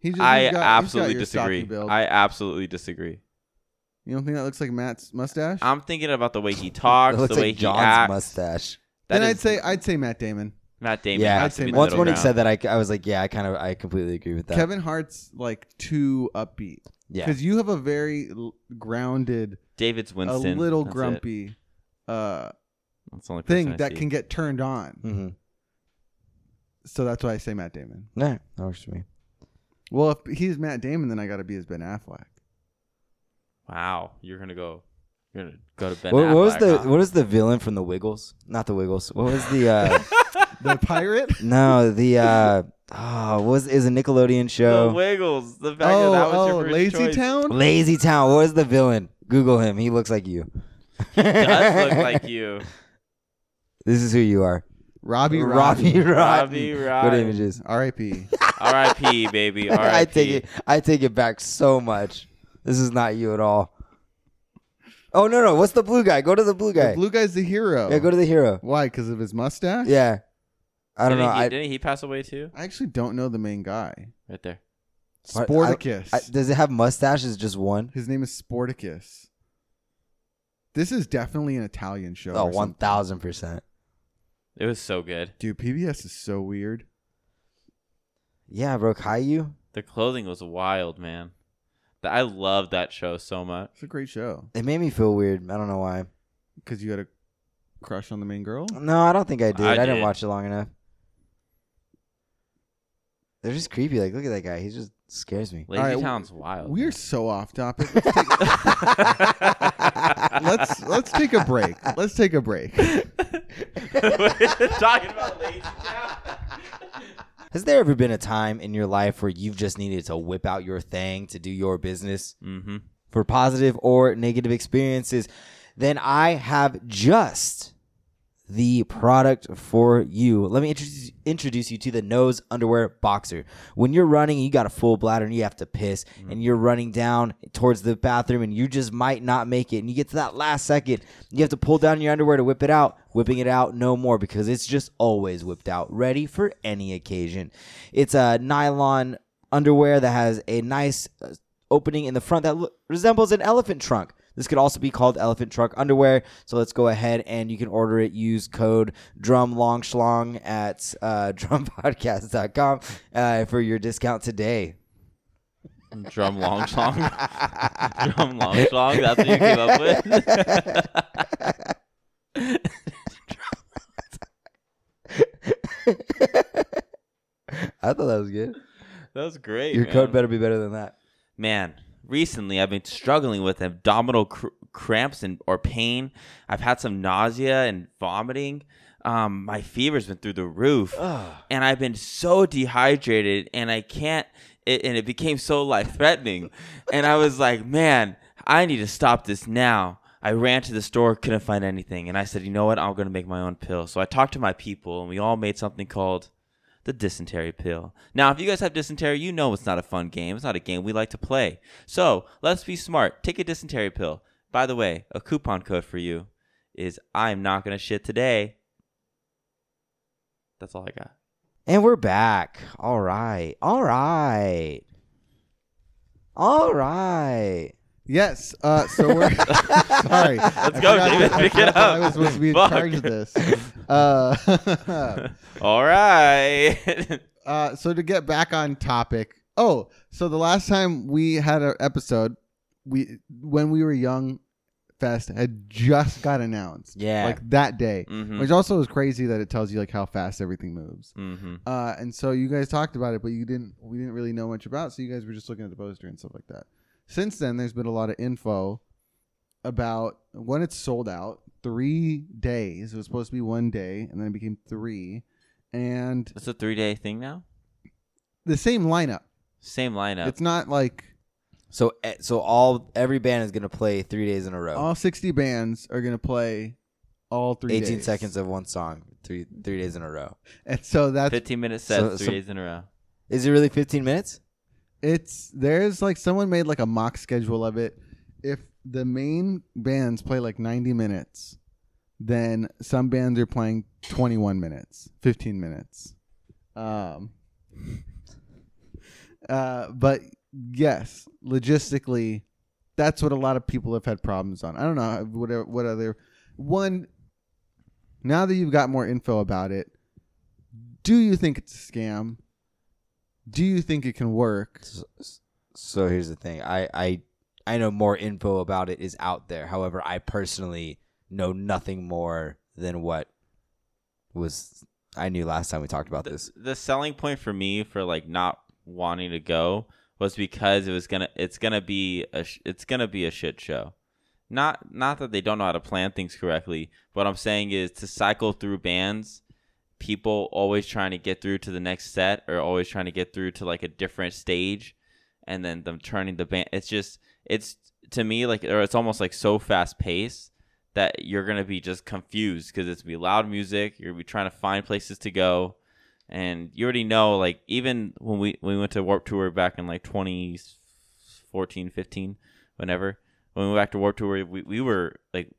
S3: He just,
S1: I
S3: he's got- he's got
S1: absolutely
S3: your stocky
S1: disagree.
S3: build.
S1: I absolutely disagree.
S3: you don't think that looks like Matt's mustache?
S1: I'm thinking about the way he
S2: It
S1: talks,
S2: looks
S1: the
S2: like
S1: way
S2: John's
S1: he acts.
S2: mustache.
S1: That
S3: then I'd
S1: is-
S3: say I'd say Matt Damon.
S1: Matt Damon.
S2: Yeah,
S1: has
S3: I'd
S1: to
S3: say
S1: be the
S3: Matt
S2: Once
S1: middle
S2: when he
S1: ground.
S2: said that, I, I was like, yeah, I kind of I completely agree with that.
S3: Kevin Hart's like too upbeat
S2: yeah,
S3: because you have a very l- grounded,
S1: David's
S3: a
S1: Winston,
S3: little
S1: that's it.
S3: grumpy uh,
S1: That's the only person
S3: thing
S1: I
S3: that
S1: see.
S3: can get turned on.
S2: mm-hmm.
S3: So that's why I say Matt Damon.
S2: no, that works for me.
S3: Well, if he's Matt Damon, then I got to be his Ben Affleck.
S1: Wow, you're gonna go. You're gonna go to Ben.
S2: What, what was
S1: Affleck,
S2: the
S1: huh?
S2: what was the villain from the Wiggles? Not the Wiggles. What was the uh,
S3: The pirate.
S2: no the uh, oh, what was is a Nickelodeon
S1: The
S2: show?
S1: Wiggles. The fact that, that was
S3: oh,
S1: your
S3: oh,
S1: first
S3: Lazy
S1: choice.
S3: Town.
S2: Lazy Town. What was the villain? Google him. He looks like you.
S1: Does look like you,
S2: This is who you are.
S3: Robbie
S2: Robbie
S3: Robbie.
S1: Robbie.
S2: Rotten. Good
S1: Rotten.
S2: images.
S3: R.I.P.
S1: R.I.P. Baby. R.I.P.
S2: I take it. I take it back so much. This is not you at all. Oh no no! What's the blue guy? Go to the blue guy.
S3: The blue guy's the hero.
S2: yeah, go to the hero.
S3: Why? Because of his mustache?
S2: Yeah. I don't
S1: didn't
S2: know.
S1: He,
S2: I,
S1: didn't he pass away too?
S3: I actually don't know the main guy.
S1: Right there.
S2: What? I don't-
S3: Sporticus.
S2: I, does it have mustaches? Just one?
S3: His name is Sporticus. This is definitely an Italian show.
S2: Oh,
S3: or
S2: one
S3: something.
S2: thousand percent.
S1: It was so good.
S3: Dude, PBS is so weird.
S2: Yeah, bro. Caillou.
S1: The clothing was wild, man. Th- I love that show so much.
S3: It's a great show
S2: It made me feel weird. I don't know why.
S3: because you had a crush on the main girl.
S2: No, I don't think I did. I,
S1: I
S2: didn't
S1: did.
S2: watch it long enough. They're just creepy. Like, look at that guy. He just scares me.
S1: Lazy
S3: All right,
S1: Town's wild.
S3: We are so off topic. Let's take, let's, let's take a break. Let's take a break.
S1: talking about Lazy Town.
S2: Has there ever been a time in your life where you've just needed to whip out your thing to do your business?
S1: Mm-hmm.
S2: for positive or negative experiences, then I have just the product for you. Let me introduce introduce you to the nose underwear boxer. When you're running, you got a full bladder and you have to piss, and you're running down towards the bathroom, and you just might not make it. And you get to that last second, you have to pull down your underwear to whip it out. Whipping it out no more because it's just always whipped out, ready for any occasion. It's a nylon underwear that has a nice uh, opening in the front that lo- resembles an elephant trunk. This could also be called elephant trunk underwear. So let's go ahead and you can order it. Use code DRUMLONGSHLONG at uh, drumpodcast.com uh, for your discount today.
S1: Drum long song. Drum long song. That's what you came up with.
S2: I thought that was good.
S1: That was great.
S2: Your
S1: man.
S2: code better be better than that.
S1: man recently i've been struggling with abdominal cr- cramps and or pain i've had some nausea and vomiting um, my fever's been through the roof and i've been so dehydrated and i can't it, and it became so life threatening and i was like man i need to stop this now I ran to the store, couldn't find anything, and I said, "You know what? I'm gonna make my own pill." So I talked to my people, and we all made something called the dysentery pill. Now, if you guys have dysentery, you know it's not a fun game. It's not a game we like to play. So let's be smart. Take a dysentery pill. By the way, a coupon code for you is I'm not gonna shit today. That's all I got.
S2: And we're back. All right. All right. All right.
S3: Yes. Uh, so we're sorry.
S1: Let's go, David. Pick it up.
S3: I was supposed to be in
S1: Fuck.
S3: charge of this. Uh,
S1: all right.
S3: Uh, so to get back on topic. Oh, so the last time we had an episode, we when we were young, Fest had just got announced.
S2: Yeah.
S3: Like that day.
S1: Mm-hmm.
S3: Which also is crazy that it tells you like how fast everything moves.
S1: mm-hmm.
S3: Uh, and so you guys talked about it, but you didn't. We didn't really know much about. So you guys were just looking at the poster and stuff like that. Since then, there's been a lot of info about when it's sold out. Three days. It was supposed to be one day, and then it became three. And
S1: It's a three day thing now.
S3: the same lineup.
S1: Same lineup.
S3: It's not like
S2: So eh, so all every band is gonna play three days in a row.
S3: all 60 bands are gonna play all three.
S2: 18
S3: days.
S2: seconds of one song, three three days in a row.
S3: And so that's
S1: Fifteen minute sets,
S2: So-
S1: three
S2: so-
S1: days in a row.
S2: Is it really 15 minutes?
S3: it's there's like someone made like a mock schedule of it. If the main bands play like 90 minutes, then some bands are playing 21 minutes, 15 minutes. Um uh but yes, logistically that's what a lot of people have had problems on. I don't know what what other one now that you've got more info about it, do you think it's a scam? Do you think it can work?
S2: S- s- So here's the thing. I I I know more info about it is out there. However, I personally know nothing more than what was I knew last time we talked about
S1: The,
S2: this.
S1: the selling point for me for like not wanting to go was because it was gonna. It's gonna be a. sh- It's gonna be a shit show. Not not that they don't know how to plan things correctly. What I'm saying is to cycle through bands. People always trying to get through to the next set, or always trying to get through to like a different stage, and then them turning the band. It's just it's to me like or it's almost like so fast paced that you're gonna be just confused because it's gonna be loud music. You're gonna be trying to find places to go, and you already know like even when we when we went to Warp Tour back in like 2014, 15, whenever when we went back to Warp Tour, we we were like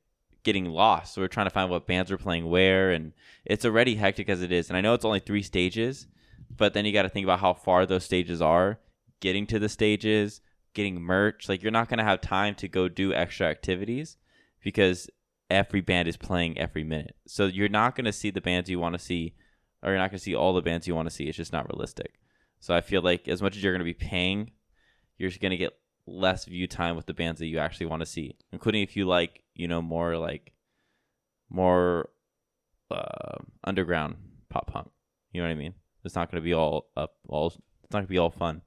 S1: getting lost. So we are trying to find what bands are playing where, and it's already hectic as it is. And I know it's only three stages, but then you got to think about how far those stages are, getting to the stages, getting merch. Like you're not gonna have time to go do extra activities because every band is playing every minute. So you're not going to see the bands you want to see, or you're not going to see all the bands you want to see. It's just not realistic. So I feel like as much as you're going to be paying, you're just going to get less view time with the bands that you actually want to see, including if you like, you know, more like more uh, underground pop punk. You know what I mean? It's not going to be all up, all. It's not going to be all fun.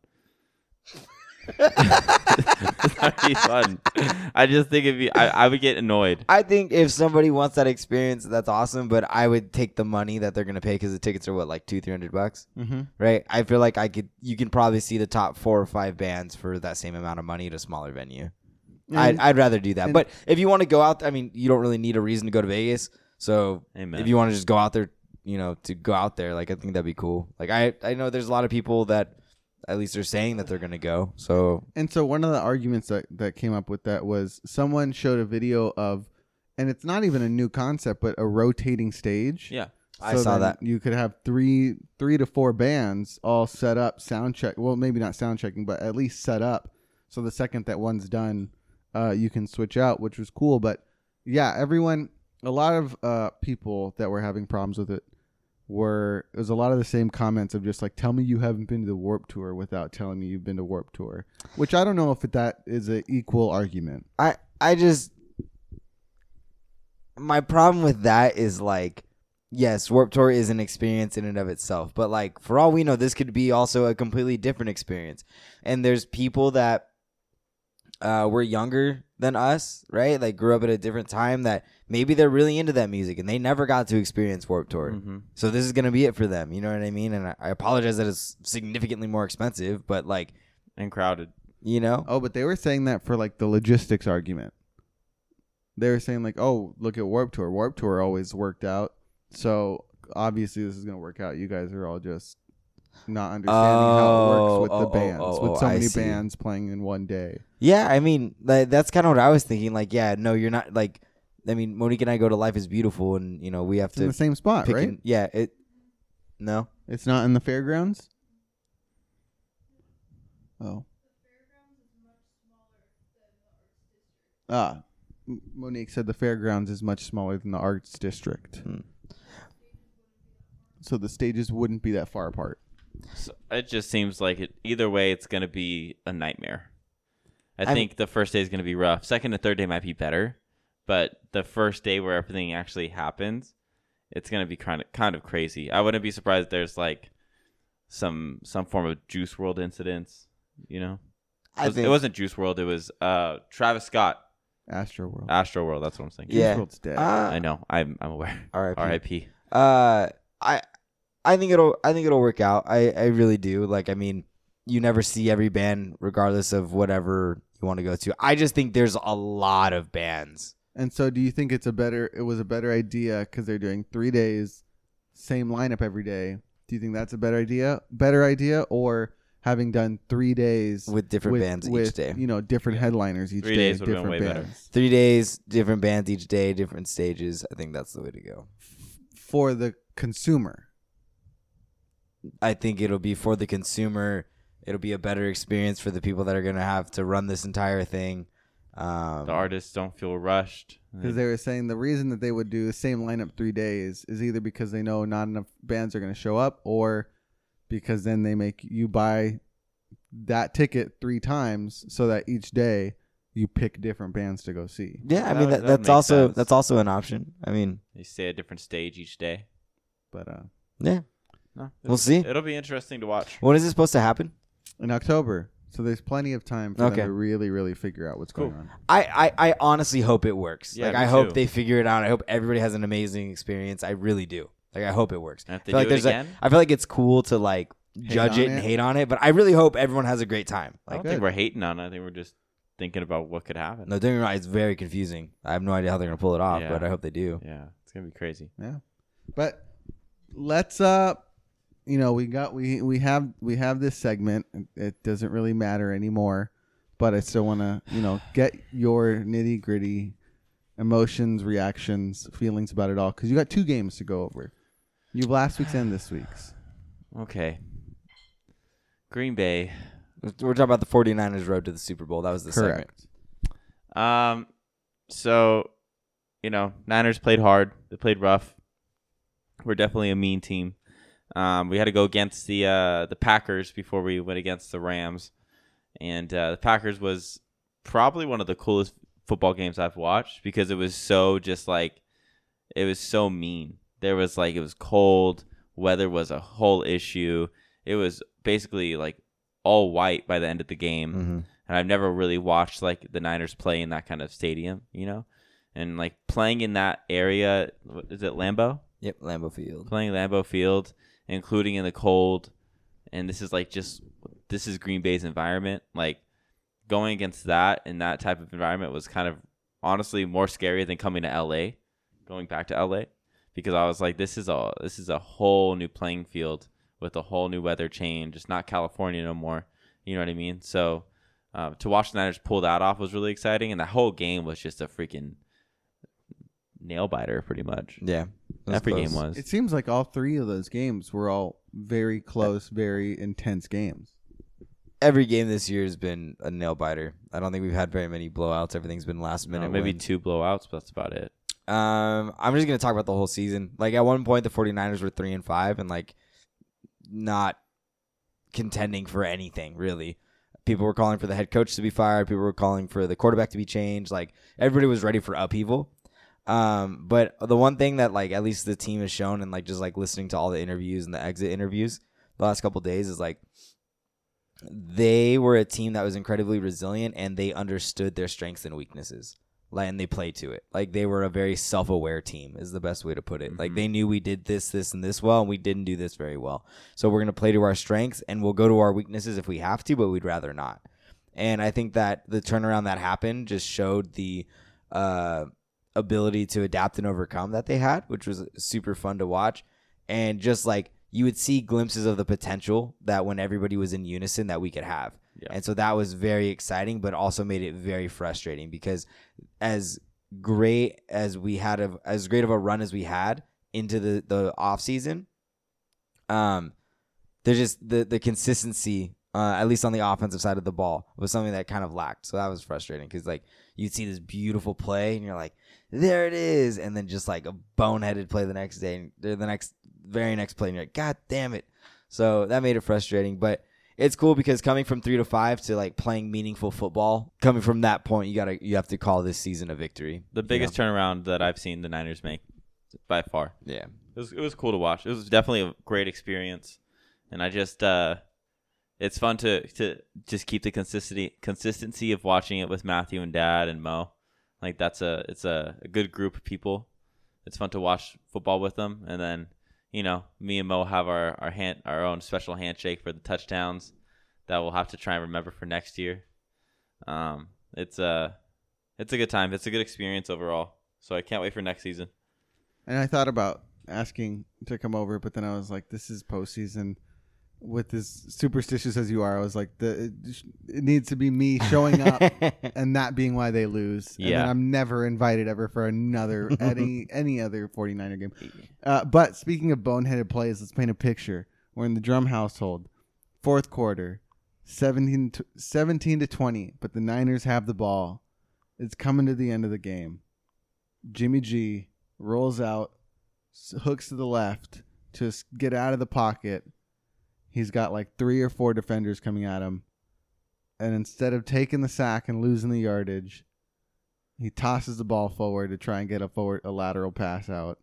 S1: it's not gonna be fun. I just think it'd be. I, I would get annoyed.
S2: I think if somebody wants that experience, that's awesome. But I would take the money that they're gonna pay because the tickets are what like two three hundred bucks.
S3: Mm-hmm.
S2: right? I feel like I could you can probably see the top four or five bands for that same amount of money at a smaller venue. I'd, I'd rather do that.
S3: and-
S2: But if you want to go out, I mean, you don't really need a reason to go to Vegas. So
S1: Amen.
S2: if you want to just go out there, you know, to go out there, like I think that'd be cool. Like I I know there's a lot of people that at least they're saying that they're gonna go. So
S3: And so one of the arguments that, that came up with that was someone showed a video of, and it's not even a new concept, but a rotating stage.
S1: yeah.
S2: I saw
S3: then
S2: that.
S3: you could have three three to four bands all set up, sound check. Well, maybe not sound checking, but at least set up. So the second that one's done, uh, you can switch out, which was cool. But yeah, everyone, a lot of uh, people that were having problems with it were it was a lot of the same comments of just like, tell me you haven't been to the Warp Tour without telling me you've been to Warp Tour, which I don't know if that is an equal argument.
S2: I I just my problem with that is like yes, Warp Tour is an experience in and of itself, but like for all we know this could be also a completely different experience. And there's people that uh were younger than us, right? Like grew up at a different time that maybe they're really into that music and they never got to experience Warp Tour.
S1: Mm-hmm.
S2: So this is going to be it for them, you know what I mean? And I, I apologize that it's significantly more expensive, but like,
S1: And crowded.
S2: you know,
S3: Oh, but they were saying that for like the logistics argument. They were saying like, "Oh, look at Warp Tour. Warp Tour always worked out. So obviously this is going to work out. You guys are all just not understanding how it works with
S2: Oh,
S3: the
S2: oh, oh,
S3: bands,
S2: oh,
S3: with
S2: oh,
S3: so
S2: I
S3: many
S2: see.
S3: bands playing in one day."
S2: Yeah, I mean, like, that's kind of what I was thinking. Like, yeah, no, you're not like. I mean, Monique and I go to Life is Beautiful, and you know we have
S3: It's in
S2: to
S3: the same spot,
S2: pick.
S3: right?
S2: And, yeah, it. No,
S3: It's not in the fairgrounds. Oh. Ah, M- Monique said the fairgrounds is much smaller than the arts district.
S2: Hmm.
S3: So the stages wouldn't be that far apart.
S1: So it just seems like it. Either way, it's gonna be a nightmare. I
S2: I'm-
S1: think the first day is gonna be rough. Second and third day might be better, But the first day where everything actually happens, it's gonna be kind of kind of crazy. I wouldn't be surprised if there's like some some form of Juice World incidents. You know, it,
S2: I
S1: was,
S2: think
S1: it wasn't Juice World. It was uh Travis Scott,
S3: Astro World.
S1: Astro World. That's what I'm saying.
S2: Uh, Yeah.
S3: World's dead.
S2: Uh,
S1: I know. I'm I'm aware.
S2: all right.
S1: R.I.P.
S2: Uh, I, I think it'll, I think it'll work out. I, I really do. Like, I mean, you never see every band, regardless of whatever you want to go to. I just think there's a lot of bands.
S3: and so, do you think it's a better? It was a better idea because they're doing three days, same lineup every day. Do you think that's a better idea? Better idea, or having done three days
S2: with different bands each
S3: with,
S2: day.
S3: You know, different headliners each
S1: Three
S3: day.
S1: days would've been
S3: different
S1: way better.
S3: bands
S2: Three days, different bands each day, different stages. I think that's the way to go.
S3: for the consumer.
S2: I think it'll be for the consumer. It'll be a better experience for the people that are going to have to run this entire thing. Um,
S1: The artists don't feel rushed.
S3: Because they were saying the reason that they would do the same lineup three days is either because they know not enough bands are going to show up, or because then they make you buy that ticket three times so that each day you pick different bands to go see.
S2: yeah, I
S1: That
S2: mean
S1: would-
S2: that,
S1: that would
S2: that's
S1: make
S2: also
S1: sense.
S2: that's also an option. I mean,
S1: They stay at a different stage each day.
S3: But uh,
S2: yeah.
S1: No,
S2: We'll see.
S1: It'll be interesting to watch.
S2: When is it supposed to happen?
S3: in October, so there's plenty of time for
S2: Okay.
S3: them to really, really figure out what's
S1: Cool.
S3: going on.
S2: I, I, I honestly hope it works.
S1: Yeah,
S2: like
S1: me
S2: I hope
S1: too.
S2: they figure it out. I hope everybody has an amazing experience. I really do. Like I hope it works.
S1: And if they
S2: feel
S1: do
S2: like
S1: it
S2: there's like-
S1: again?
S2: I feel like it's cool to like
S3: Hate
S2: judge
S3: on
S2: it and
S3: it.
S2: hate on it, but I really hope everyone has a great time.
S1: I don't
S2: Like
S1: think
S3: good.
S1: we're hating on. it. I think we're just thinking about what could happen.
S2: no, don't get me wrong, it's very confusing. I have no idea how they're gonna pull it off,
S1: Yeah.
S2: but I hope they do.
S1: Yeah, it's gonna be crazy.
S3: Yeah. But let's uh you know, we got we we have we have this segment. It doesn't really matter anymore, but I still want to, you know, get your nitty-gritty emotions, reactions, feelings about it all cuz you got two games to go over. You have last week's and this week's.
S1: Okay. Green Bay.
S2: We're talking about the 49ers road to the Super Bowl. That was the segment.
S3: Correct.
S1: Um, so, you know, Niners played hard. They played rough. We're definitely a mean team. Um, we had to go against the uh, the Packers before we went against the Rams, and uh, the Packers was probably one of the coolest football games I've watched because it was so just like it was so mean. There was like it was cold. Weather was a whole issue. It was basically like all white by the end of the game
S2: Mhm.
S1: and I've never really watched like the Niners play in that kind of stadium, you know, and like playing in that area what- is it Lambeau?
S2: Yep, Lambeau Field.
S1: Playing Lambeau Field, including in the cold, and this is like just this is Green Bay's environment. Like going against that in that type of environment was kind of honestly more scary than coming to LA, going back to LA, because I was like, this is all this is a whole new playing field with a whole new weather change. It's not California no more. You know what I mean? So uh, to watch the Niners pull that off was really exciting, and the whole game was just a freaking nail biter, pretty much.
S2: Yeah. that was
S1: Every game
S2: close.
S1: was.
S3: It seems like all three of those games were all very close, very intense games.
S2: Every game this year has been a nail biter. I don't think we've had very many blowouts. Everything's been last
S1: No,
S2: minute.
S1: Uh, maybe
S2: wins.
S1: two blowouts, but that's about it.
S2: Um, I'm just gonna talk about the whole season. Like at one point, the 49ers were three and five, and like not contending for anything really. People were calling for the head coach to be fired. People were calling for the quarterback to be changed. Like everybody was ready for upheaval. Um, but the one thing that like at least the team has shown, and like just like listening to all the interviews and the exit interviews the last couple days, is like they were a team that was incredibly resilient and they understood their strengths and weaknesses like, and they played to it. Like they were a very self-aware team is the best way to put it. Like
S1: Mhm.
S2: they knew we did this, this, and this well, and we didn't do this very well. So we're gonna play to our strengths, and we'll go to our weaknesses if we have to, but we'd rather not. And I think that the turnaround that happened just showed the uh, ability to adapt and overcome that they had, which was super fun to watch. And just like you would see glimpses of the potential that when everybody was in unison that we could have.
S1: Yeah.
S2: And so that was very exciting, but also made it very frustrating because as great as we had of as great of a run as we had into the the off season, um, there's just the the consistency, uh, at least on the offensive side of the ball, was something that kind of lacked. So that was frustrating because like you'd see this beautiful play and you're like, there it is, and then just like a boneheaded play the next day, and the next very next play, and you're like, God damn it! So that made it frustrating, but it's cool because coming from three to five to like playing meaningful football, coming from that point, you gotta you have to call this season a victory.
S1: The biggest turnaround that I've seen the Niners make by far.
S2: Yeah.
S1: It was, it was cool to watch. It was definitely a great experience, and I just uh, it's fun to to just keep the consistency consistency of watching it with Matthew and Dad and Mo. Like that's a it's a, a good group of people. It's fun to watch football with them, and then you know me and Mo have our our hand our own special handshake for the touchdowns that we'll have to try and remember for next year. Um, it's a it's a good time. It's a good experience overall. So I can't wait for next season.
S3: And I thought about asking to come over, but then I was like, this is postseason. With as superstitious as you are, I was like, the, it, just- it needs to be me showing up and that being why they lose. And
S1: Yeah.
S3: then I'm never invited ever for another any any other 49er game. Uh, but speaking of boneheaded plays, let's paint a picture. We're in the drum household. Fourth quarter, 17 to, 17 to 20, but the Niners have the ball. It's coming to the end of the game. Jimmy G rolls out, s- hooks to the left to s- get out of the pocket. He's got like three or four defenders coming at him. And instead of taking the sack and losing the yardage, he tosses the ball forward to try and get a forward a lateral pass out.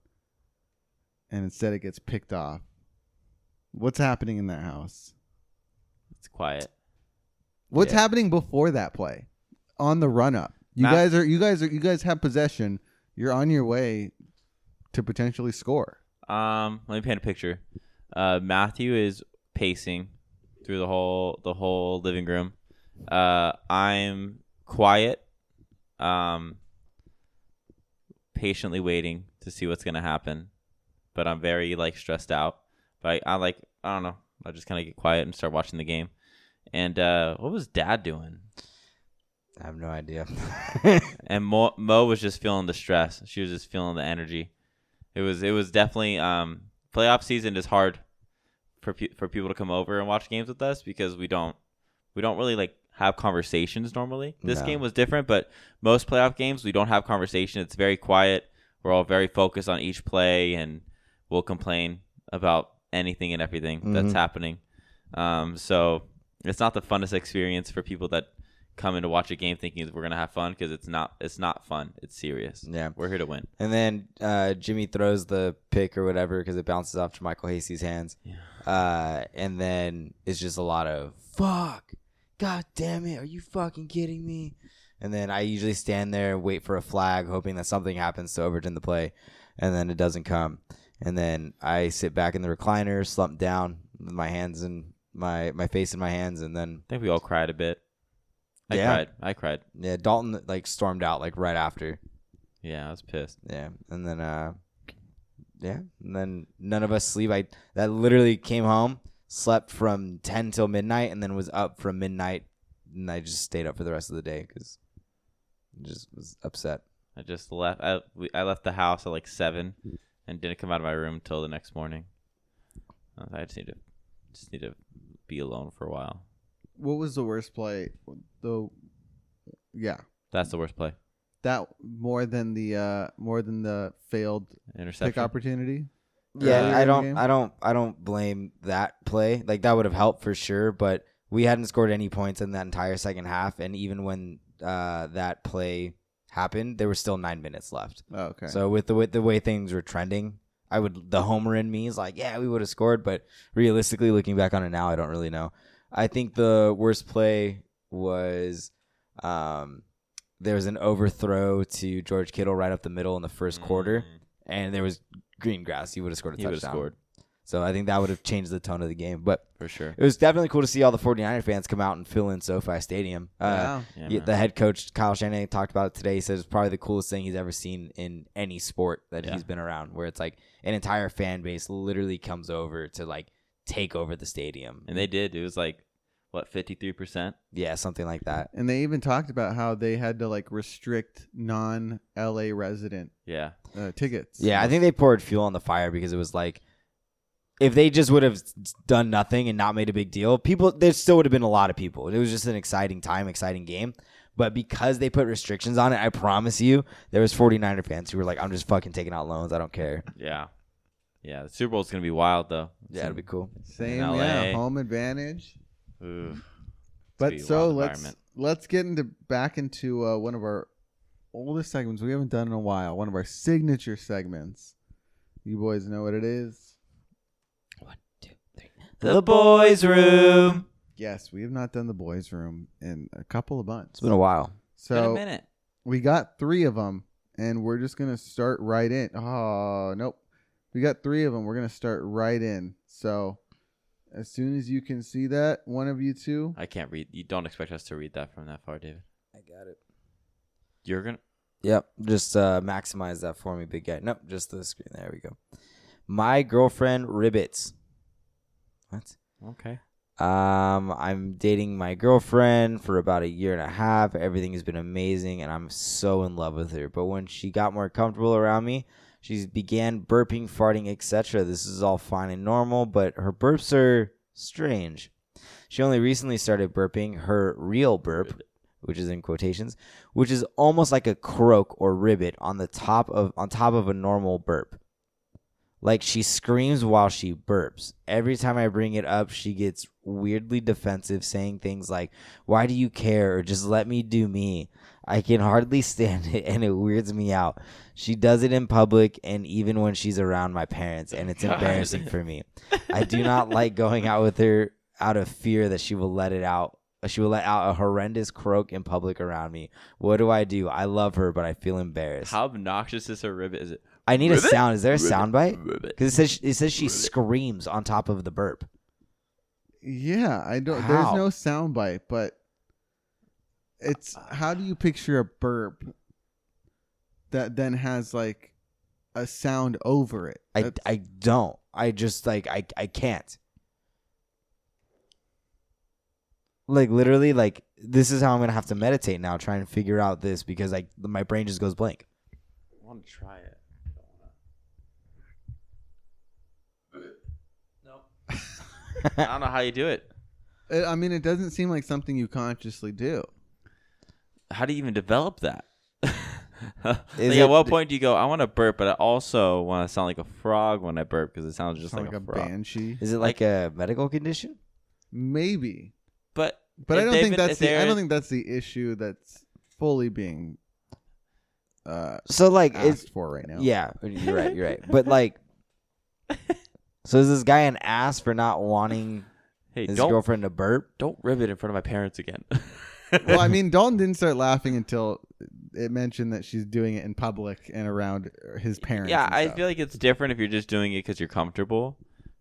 S3: And instead it gets picked off. What's happening in that house?
S1: It's quiet.
S3: What's
S2: Yeah.
S3: happening before that play? On the run up. You
S1: Matt-
S3: guys are you guys are you guys have possession. You're on your way to potentially score.
S1: Um, let me paint a picture. Uh, Matthew is pacing through the whole the whole living room. Uh, I'm quiet, um, patiently waiting to see what's gonna happen, but I'm very like stressed out. But I, I like I don't know. I just kind of get quiet and start watching the game. And uh, what was Dad doing?
S2: I have no idea.
S1: and Mo, Mo was just feeling the stress. She was just feeling the energy. It was it was definitely um, playoff season is hard for pe- for people to come over and watch games with us because we don't we don't really like have conversations normally. This
S2: No.
S1: game was different, but most playoff games we don't have conversation. It's very quiet. We're all very focused on each play, and we'll complain about anything and everything that's
S2: Mhm.
S1: happening. Um, so it's not the funnest experience for people that come in to watch a game thinking that we're gonna have fun because it's not it's not fun. It's serious.
S2: yeah.
S1: We're here to win.
S2: And then uh, Jimmy throws the pick or whatever because it bounces off to Michael Hasey's hands.
S1: Yeah.
S2: Uh, and then it's just a lot of fuck. God damn it. Are you fucking kidding me? And then I usually stand there and wait for a flag, hoping that something happens to Overton the play. And then it doesn't come. And then I sit back in the recliner, slumped down with my hands in my, my face in my hands. And then,
S1: I think we all cried a bit. I
S2: Yeah.
S1: cried. I cried.
S2: yeah, Dalton like stormed out like right after.
S1: Yeah, I was pissed.
S2: Yeah, and then uh, yeah, and then none of us sleep. I that literally came home, slept from ten till midnight, and then was up from midnight, and I just stayed up for the rest of the day because just was upset.
S1: I just left. I we, I left the house at like seven, and didn't come out of my room till the next morning. I was like, I just need to just need to be alone for a while.
S3: What was the worst play? The yeah.
S1: That's the worst play.
S3: That more than the uh more than the failed pick
S1: Interception.
S3: opportunity. Earlier
S2: Yeah, Uh, I
S3: in the
S2: don't,
S3: game?
S2: I don't, I don't blame that play. Like that would have helped for sure, but we hadn't scored any points in that entire second half, and even when uh that play happened, there were still nine minutes left.
S3: Oh, okay.
S2: So uh, with the with the way things were trending, I would the homer in me is like, yeah, we would have scored, but realistically, looking back on it now, I don't really know. I think the worst play was um, there was an overthrow to George Kittle right up the middle in the first quarter,
S1: Mm,
S2: and there was green grass. He would have scored a
S1: He would have
S2: touchdown.
S1: scored
S2: So I think that would have changed the tone of the game. But
S1: for sure.
S2: it was definitely cool to see all the 49er fans come out and fill in SoFi Stadium. Uh,
S3: yeah.
S1: Yeah,
S2: yeah,
S1: man.
S2: the head coach Kyle Shanahan talked about it today. He says it's probably the coolest thing he's ever seen in any sport that
S1: Yeah.
S2: he's been around, where it's like an entire fan base literally comes over to like take over the stadium.
S1: and they did. It was like what fifty three percent.
S2: yeah, something like that.
S3: And they even talked about how they had to like restrict non LA resident
S1: Yeah,
S3: uh, tickets.
S2: Yeah, I think they poured fuel on the fire because it was like if they just would have s- done nothing and not made a big deal, people there still would have been a lot of people. It was just an exciting time, exciting game. But because they put restrictions on it, I promise you, there was 49er fans who were like, I'm just fucking taking out loans. I don't care.
S1: yeah, yeah. The Super Bowl's gonna be wild though. It's
S2: Yeah,
S1: gonna
S2: it'll be cool.
S3: Same,
S1: In LA.
S3: yeah. Home advantage.
S1: Ooh,
S3: But
S1: be a
S3: so
S1: wild
S3: let's
S1: environment.
S3: let's get into back into uh, one of our oldest segments we haven't done in a while. One of our signature segments. You boys know what it is.
S1: the boys' room.
S3: Yes, we have not done the boys' room in a couple of months.
S2: It's been a while.
S1: Been a
S3: so
S1: minute.
S3: we got three of them, and we're just gonna start right in. Oh nope, we got three of them. We're gonna start right in. So as soon as you can see that, one of you two.
S1: I can't read. You don't expect us to read that from that far, David.
S2: I got it.
S1: You're gonna.
S2: Yep. Just uh, maximize that for me, big guy. Nope. Just the screen. There we go. My girlfriend ribbits. What?
S1: Okay.
S2: Um, I'm dating my girlfriend for about a year and a half. Everything has been amazing, and I'm so in love with her. But when she got more comfortable around me, she began burping, farting, etc. This is all fine and normal, but her burps are strange. She only recently started burping her real burp, which is in quotations, which is almost like a croak or ribbit on the top of on top of a normal burp. Like she screams while she burps. Every time I bring it up, she gets weirdly defensive, saying things like, Why do you care? or just let me do me. I can hardly stand it and it weirds me out. She does it in public and even when she's around my parents, and it's
S1: God.
S2: embarrassing for me. I do not like going out with her out of fear that she will let it out. uh, She will let out a horrendous croak in public around me. What do I do? I love her, but I feel embarrassed.
S1: How obnoxious is her ribbit? Is it?
S2: I need a
S1: Ribbit?
S2: sound. Is there a
S1: Ribbit,
S2: sound bite?
S1: ribbit.
S2: Because it says it says she
S1: Ribbit.
S2: screams on top of the burp.
S3: Yeah, I don't.
S2: How?
S3: There's no soundbite, but it's
S2: Uh,
S3: how do you picture a burp that then has like a sound over it?
S2: I,
S3: That's-
S2: I don't. I just like I I can't. Like literally, like this is how I'm gonna have to meditate now, try and figure out this because like my brain just goes blank.
S1: I want to try it. Nope. I don't know how you do it.
S3: it- I mean, it doesn't seem like something you consciously do.
S1: How do you even develop that? like
S2: Is
S1: at
S2: it-
S1: what point do you go? I want to burp, but I also want to sound like a frog when I burp because it sounds just
S3: Sound
S1: like,
S3: like,
S1: a,
S3: a
S1: frog.
S3: banshee,
S2: Is it like a medical condition?
S3: maybe.
S1: But
S3: But
S1: if
S3: I don't
S1: they've
S3: think
S1: been-
S3: that's
S1: if
S3: the. I
S1: they're-
S3: don't think that's the issue that's fully being uh,
S2: So like it's
S3: asked for right now.
S2: yeah, you're right, you're right. But like, so is this guy an ass for not wanting
S1: hey,
S2: his
S1: don't
S2: girlfriend to burp?
S1: don't ribbit in front of my parents again.
S3: well, I mean, Dalton didn't start laughing until it mentioned that she's doing it in public and around his parents.
S1: yeah,
S3: and
S1: I
S3: stuff.
S1: feel like it's different if you're just doing it because you're comfortable.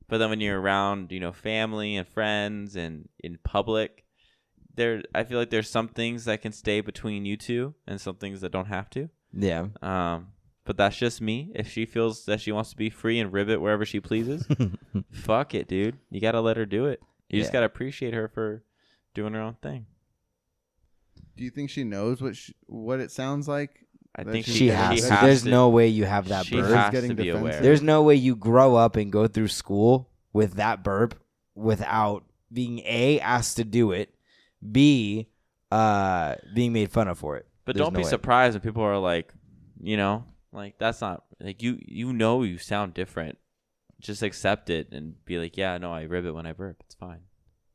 S1: But then when you're around, you know, family and friends and in public, there, I feel like there's some things that can stay between you two and some things that don't have to.
S2: Yeah.
S1: Um, but that's just me. If she feels that she wants to be free and ribbit wherever she pleases, fuck it, dude. You gotta let her do it. You just
S2: Yeah.
S1: gotta appreciate her for doing her own thing.
S3: Do you think she knows what she, what it sounds like?
S1: I
S3: That
S1: think
S3: she-
S1: she,
S2: She
S3: she
S2: has. to.
S1: has
S2: There's
S1: to-
S2: no way you have that
S1: she
S2: burp.
S1: has
S3: Getting
S1: to be
S3: defensive.
S1: aware.
S2: There's no way you grow up and go through school with that burp without being a asked to do it, b uh being made fun of for it.
S1: But
S2: There's
S1: don't
S2: no
S1: be
S2: way.
S1: surprised when people are like, you know, like that's not like you you know you sound different. Just accept it and be like, yeah, no, I ribbit when I burp. It's fine.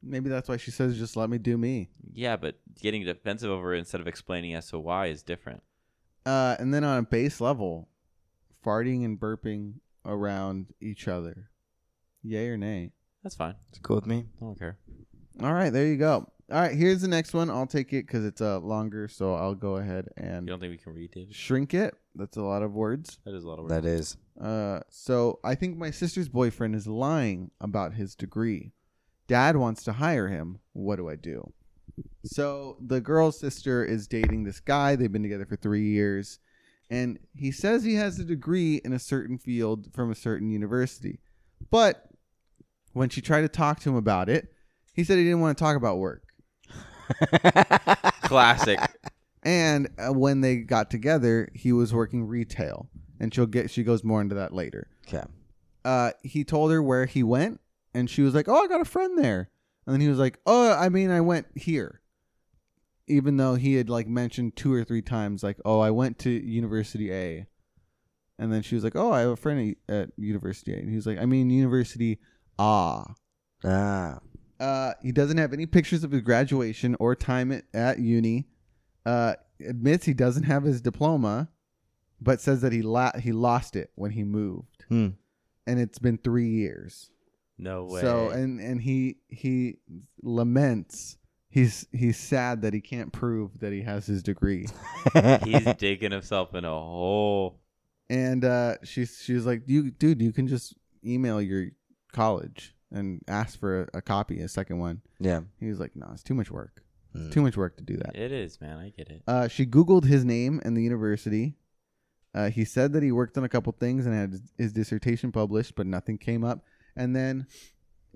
S3: Maybe that's why she says, "Just let me do me."
S1: Yeah, but getting defensive over it instead of explaining as to why is different.
S3: Uh, and then on a base level, farting and burping around each other, yay or nay?
S1: That's fine.
S2: It's cool with me.
S1: I don't care.
S3: All right, there you go. All right, here's the next one. I'll take it because it's uh, longer, so I'll go ahead
S1: You
S3: and
S1: don't think we can read it?
S3: shrink it. That's a lot of words.
S1: That is a lot of work.
S2: That is.
S3: Uh, so I think my sister's boyfriend is lying about his degree. Dad wants to hire him. What do I do? So the girl's sister is dating this guy. They've been together for three years. And he says he has a degree in a certain field from a certain university. But when she tried to talk to him about it, he said he didn't want to talk about work.
S1: Classic.
S3: And uh, when they got together, he was working retail. And she'll get she goes more into that later.
S2: Okay.
S3: uh, he told her where he went, and she was like, "Oh, I got a friend there." And then he was like, "Oh, I mean, I went here," even though he had like mentioned two or three times, like, "Oh, I went to University A," and then she was like, "Oh, I have a friend at at University A," and he was like, "I mean, University Ah."
S2: Ah.
S3: Uh, he doesn't have any pictures of his graduation or time at, at uni. Uh, admits he doesn't have his diploma, but says that he la- he lost it when he moved,
S2: Hmm.
S3: and it's been three years.
S1: No way.
S3: So and and he he laments. He's he's sad that he can't prove that he has his degree.
S1: he's digging himself in a hole.
S3: And uh, she's she's like, "You dude, you can just email your college and ask for a, a copy, a second one."
S2: yeah.
S3: He was like, "No, it's too much work.
S2: Mm.
S3: It's
S1: Hmm.
S3: too much work to do that."
S1: It is, man. I get it.
S3: Uh, she Googled his name and the university. Uh, he said that he worked on a couple things and had his dissertation published, but nothing came up. And then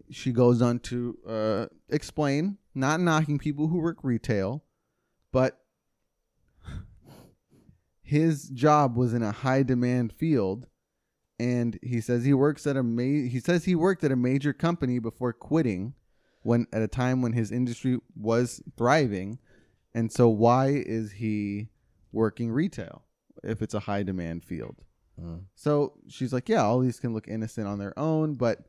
S3: she goes on to uh, explain, not knocking people who work retail, but his job was in a high demand field. And he says he works at a ma- he says he worked at a major company before quitting, when at a time when his industry was thriving. And so why is he working retail if it's a high demand field?
S2: Mm.
S3: So she's like, yeah, all these can look innocent on their own, but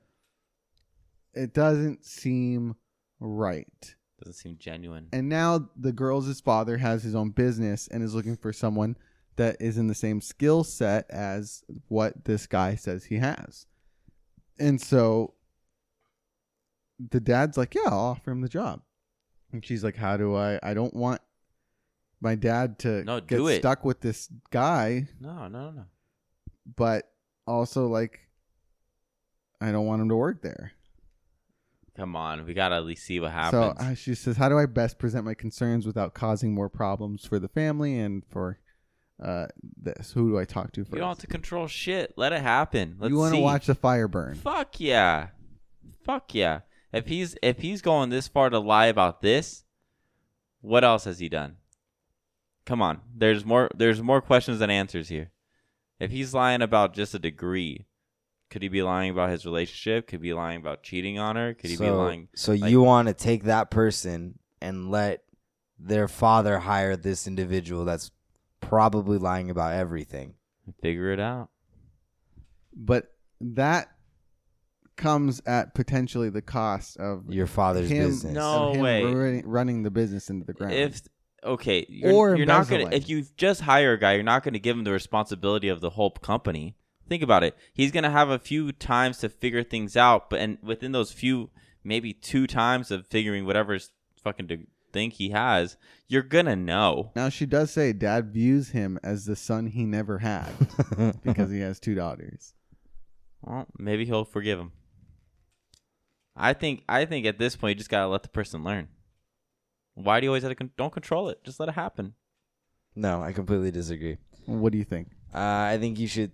S3: it doesn't seem right.
S1: Doesn't seem genuine.
S3: And now the girl's father has his own business and is looking for someone that is in the same skill set as what this guy says he has. And so the dad's like, Yeah, I'll offer him the job. And she's like, How do I? I don't want my dad to
S1: No,
S3: get
S1: do it.
S3: stuck with this guy,
S1: No, no, no, no.
S3: but also, like, I don't want him to work there.
S1: Come on, we gotta at least see what happens.
S3: So uh, she says, "How do I best present my concerns without causing more problems for the family and for uh, this? Who do I talk to first?
S1: you don't have to control shit. Let it happen. Let's
S3: You wanna
S1: see.
S3: watch the fire burn?
S1: Fuck yeah, fuck yeah. If he's if he's going this far to lie about this, what else has he done? Come on, there's more. There's more questions than answers here. If he's lying about just a degree, could he be lying about his relationship? Could he be lying about cheating on her? Could he
S2: so,
S1: be lying?
S2: So
S1: like-
S2: you want to take that person and let their father hire this individual that's probably lying about everything.
S1: Figure it out.
S3: But that comes at potentially the cost of
S2: Your father's
S3: him,
S2: business.
S1: No.
S3: of him
S1: way.
S3: running- running the business into the ground.
S1: If okay, you're,
S3: Or
S1: you're not gonna
S3: embezzling.
S1: if you just hire a guy, you're not gonna give him the responsibility of the whole company. Think about it. He's gonna have a few times to figure things out, but and within those few, maybe two times of figuring whatever his fucking de- thing he has, you're gonna know.
S3: now she does say, Dad views him as the son he never had because he has two daughters.
S1: Well, maybe he'll forgive him. I think I think at this point you just gotta let the person learn. Why do you always have to con- don't control it? Just let it happen.
S2: no, I completely disagree.
S3: What do you think?
S2: Uh, I think you should.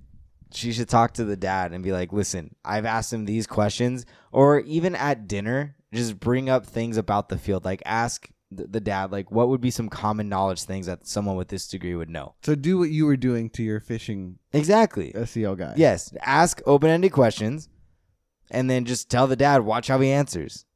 S2: She should talk to the dad and be like, "Listen, I've asked him these questions, or even at dinner, just bring up things about the field. Like, ask th- the dad, like, what would be some common knowledge things that someone with this degree would know?
S3: So do what you were doing to your fishing
S2: Exactly.
S3: SEL guy.
S2: Yes, ask open-ended questions, and then just tell the dad. Watch how he answers.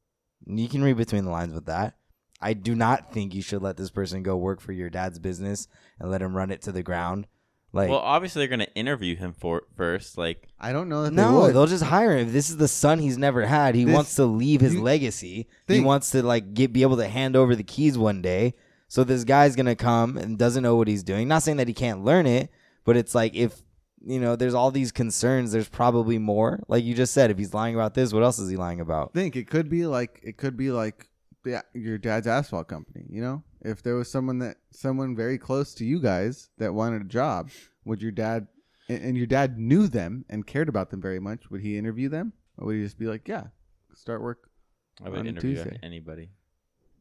S2: You can read between the lines with that. I do not think you should let this person go work for your dad's business and let him run it to the ground. Like,
S1: Well, obviously they're gonna interview him for first, like
S3: I don't know that they
S2: No,
S3: would.
S2: they'll just hire him. If this is the son he's never had, he
S3: This-
S2: wants to leave his
S3: you
S2: legacy. he
S3: think-
S2: wants to like get be able to hand over the keys one day. So this guy's gonna come and doesn't know what he's doing. Not saying that he can't learn it, but it's like if you know, there's all these concerns. There's probably more. Like you just said, if he's lying about this, what else is he lying about?
S3: think it could be like it could be like the, your dad's asphalt company. You know, if there was someone that someone very close to you guys that wanted a job, would your dad and, and your dad knew them and cared about them very much? Would he interview them, or would he just be like, "Yeah, start work"?
S1: I would
S3: On
S1: interview
S3: Tuesday.
S1: anybody.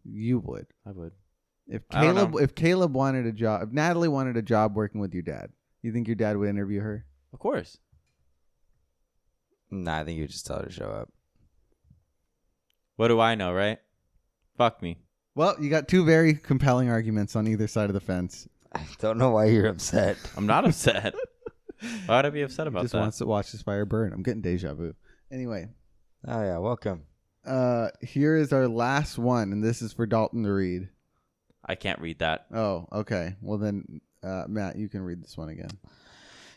S3: You would.
S1: I would.
S3: If
S1: I don't
S3: Caleb,
S1: know.
S3: if Caleb wanted a job, if Natalie wanted a job working with your dad, you think your dad would interview her?
S1: Of course.
S2: Nah, I think you would just tell her to show up.
S1: What do I know, right? Fuck me.
S3: Well, you got two very compelling arguments on either side of the fence.
S2: I don't know why you're upset.
S1: I'm not upset. Why would I be upset about
S3: just
S1: that?
S3: wants to watch this fire burn. I'm getting deja vu. Anyway,
S2: Oh yeah, welcome.
S3: uh here is our last one and this is for dalton to read
S1: I can't read that.
S3: oh okay well then uh matt you can read this one again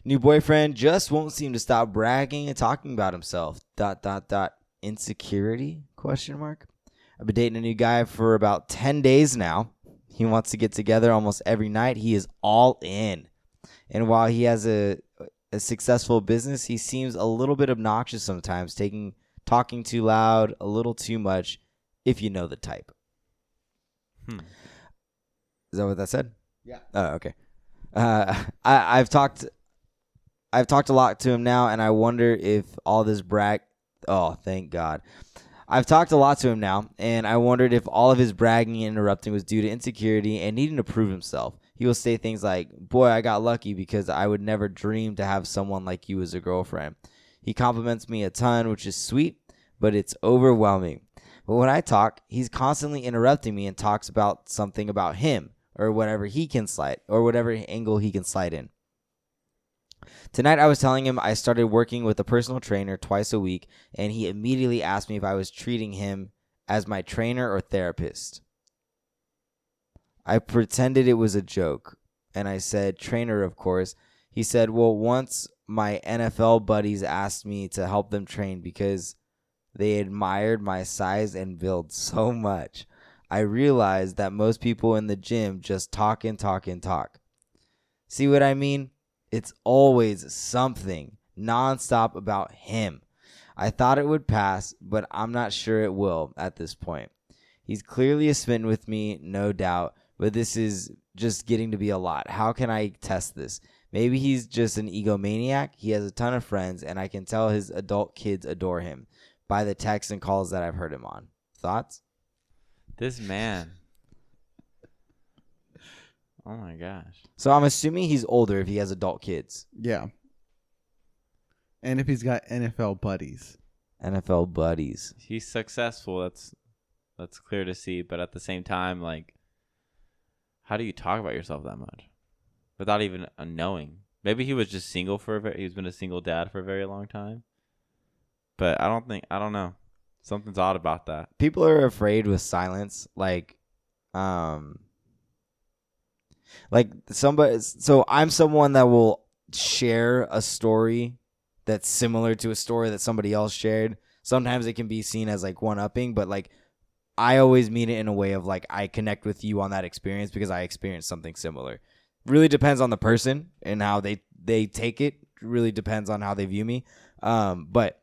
S2: New boyfriend just won't seem to stop bragging and talking about himself. Dot dot dot insecurity question mark. I've been dating a new guy for about 10 days now. He wants to get together almost every night. He is all in. And while he has a, a successful business, he seems a little bit obnoxious sometimes, taking talking too loud, a little too much, if you know the type.
S1: Hmm.
S2: Is that what that said?
S3: Yeah.
S2: Oh, okay. Uh, I, I've talked, I've talked a lot to him now, and I wonder if all this brag. Oh, thank God. I've talked a lot to him now, and I wondered if all of his bragging and interrupting was due to insecurity and needing to prove himself. He will say things like, "Boy, I got lucky because I would never dream to have someone like you as a girlfriend." He compliments me a ton, which is sweet, but it's overwhelming. But when I talk, he's constantly interrupting me and talks about something about him or whatever he can slide or whatever angle he can slide in. Tonight, I was telling him I started working with a personal trainer twice a week, and he immediately asked me if I was treating him as my trainer or therapist. I pretended it was a joke, and I said, trainer, of course. He said, well, once my NFL buddies asked me to help them train because they admired my size and build so much. I realized that most people in the gym just talk and talk and talk. See what I mean? It's always something nonstop about him. I thought it would pass, but I'm not sure it will at this point. He's clearly smitten with me, no doubt, but this is just getting to be a lot. How can I test this? Maybe he's just an egomaniac. He has a ton of friends, and I can tell his adult kids adore him by the texts and calls that I've heard him on. Thoughts?
S1: This man. Oh my gosh.
S2: So I'm assuming he's older if he has adult kids.
S3: Yeah. And if he's got NFL buddies.
S2: NFL buddies.
S1: He's successful. That's that's clear to see, but at the same time like how do you talk about yourself that much without even uh, knowing? Maybe he was just single for a very, he's been a single dad for a very long time. But I don't think I don't know. Something's odd about that.
S2: People are afraid with silence. Like, um, like somebody. So I'm someone that will share a story that's similar to a story that somebody else shared. Sometimes it can be seen as like one upping, but like I always mean it in a way of like I connect with you on that experience because I experienced something similar. Really depends on the person and how they they take it. Really depends on how they view me. Um, but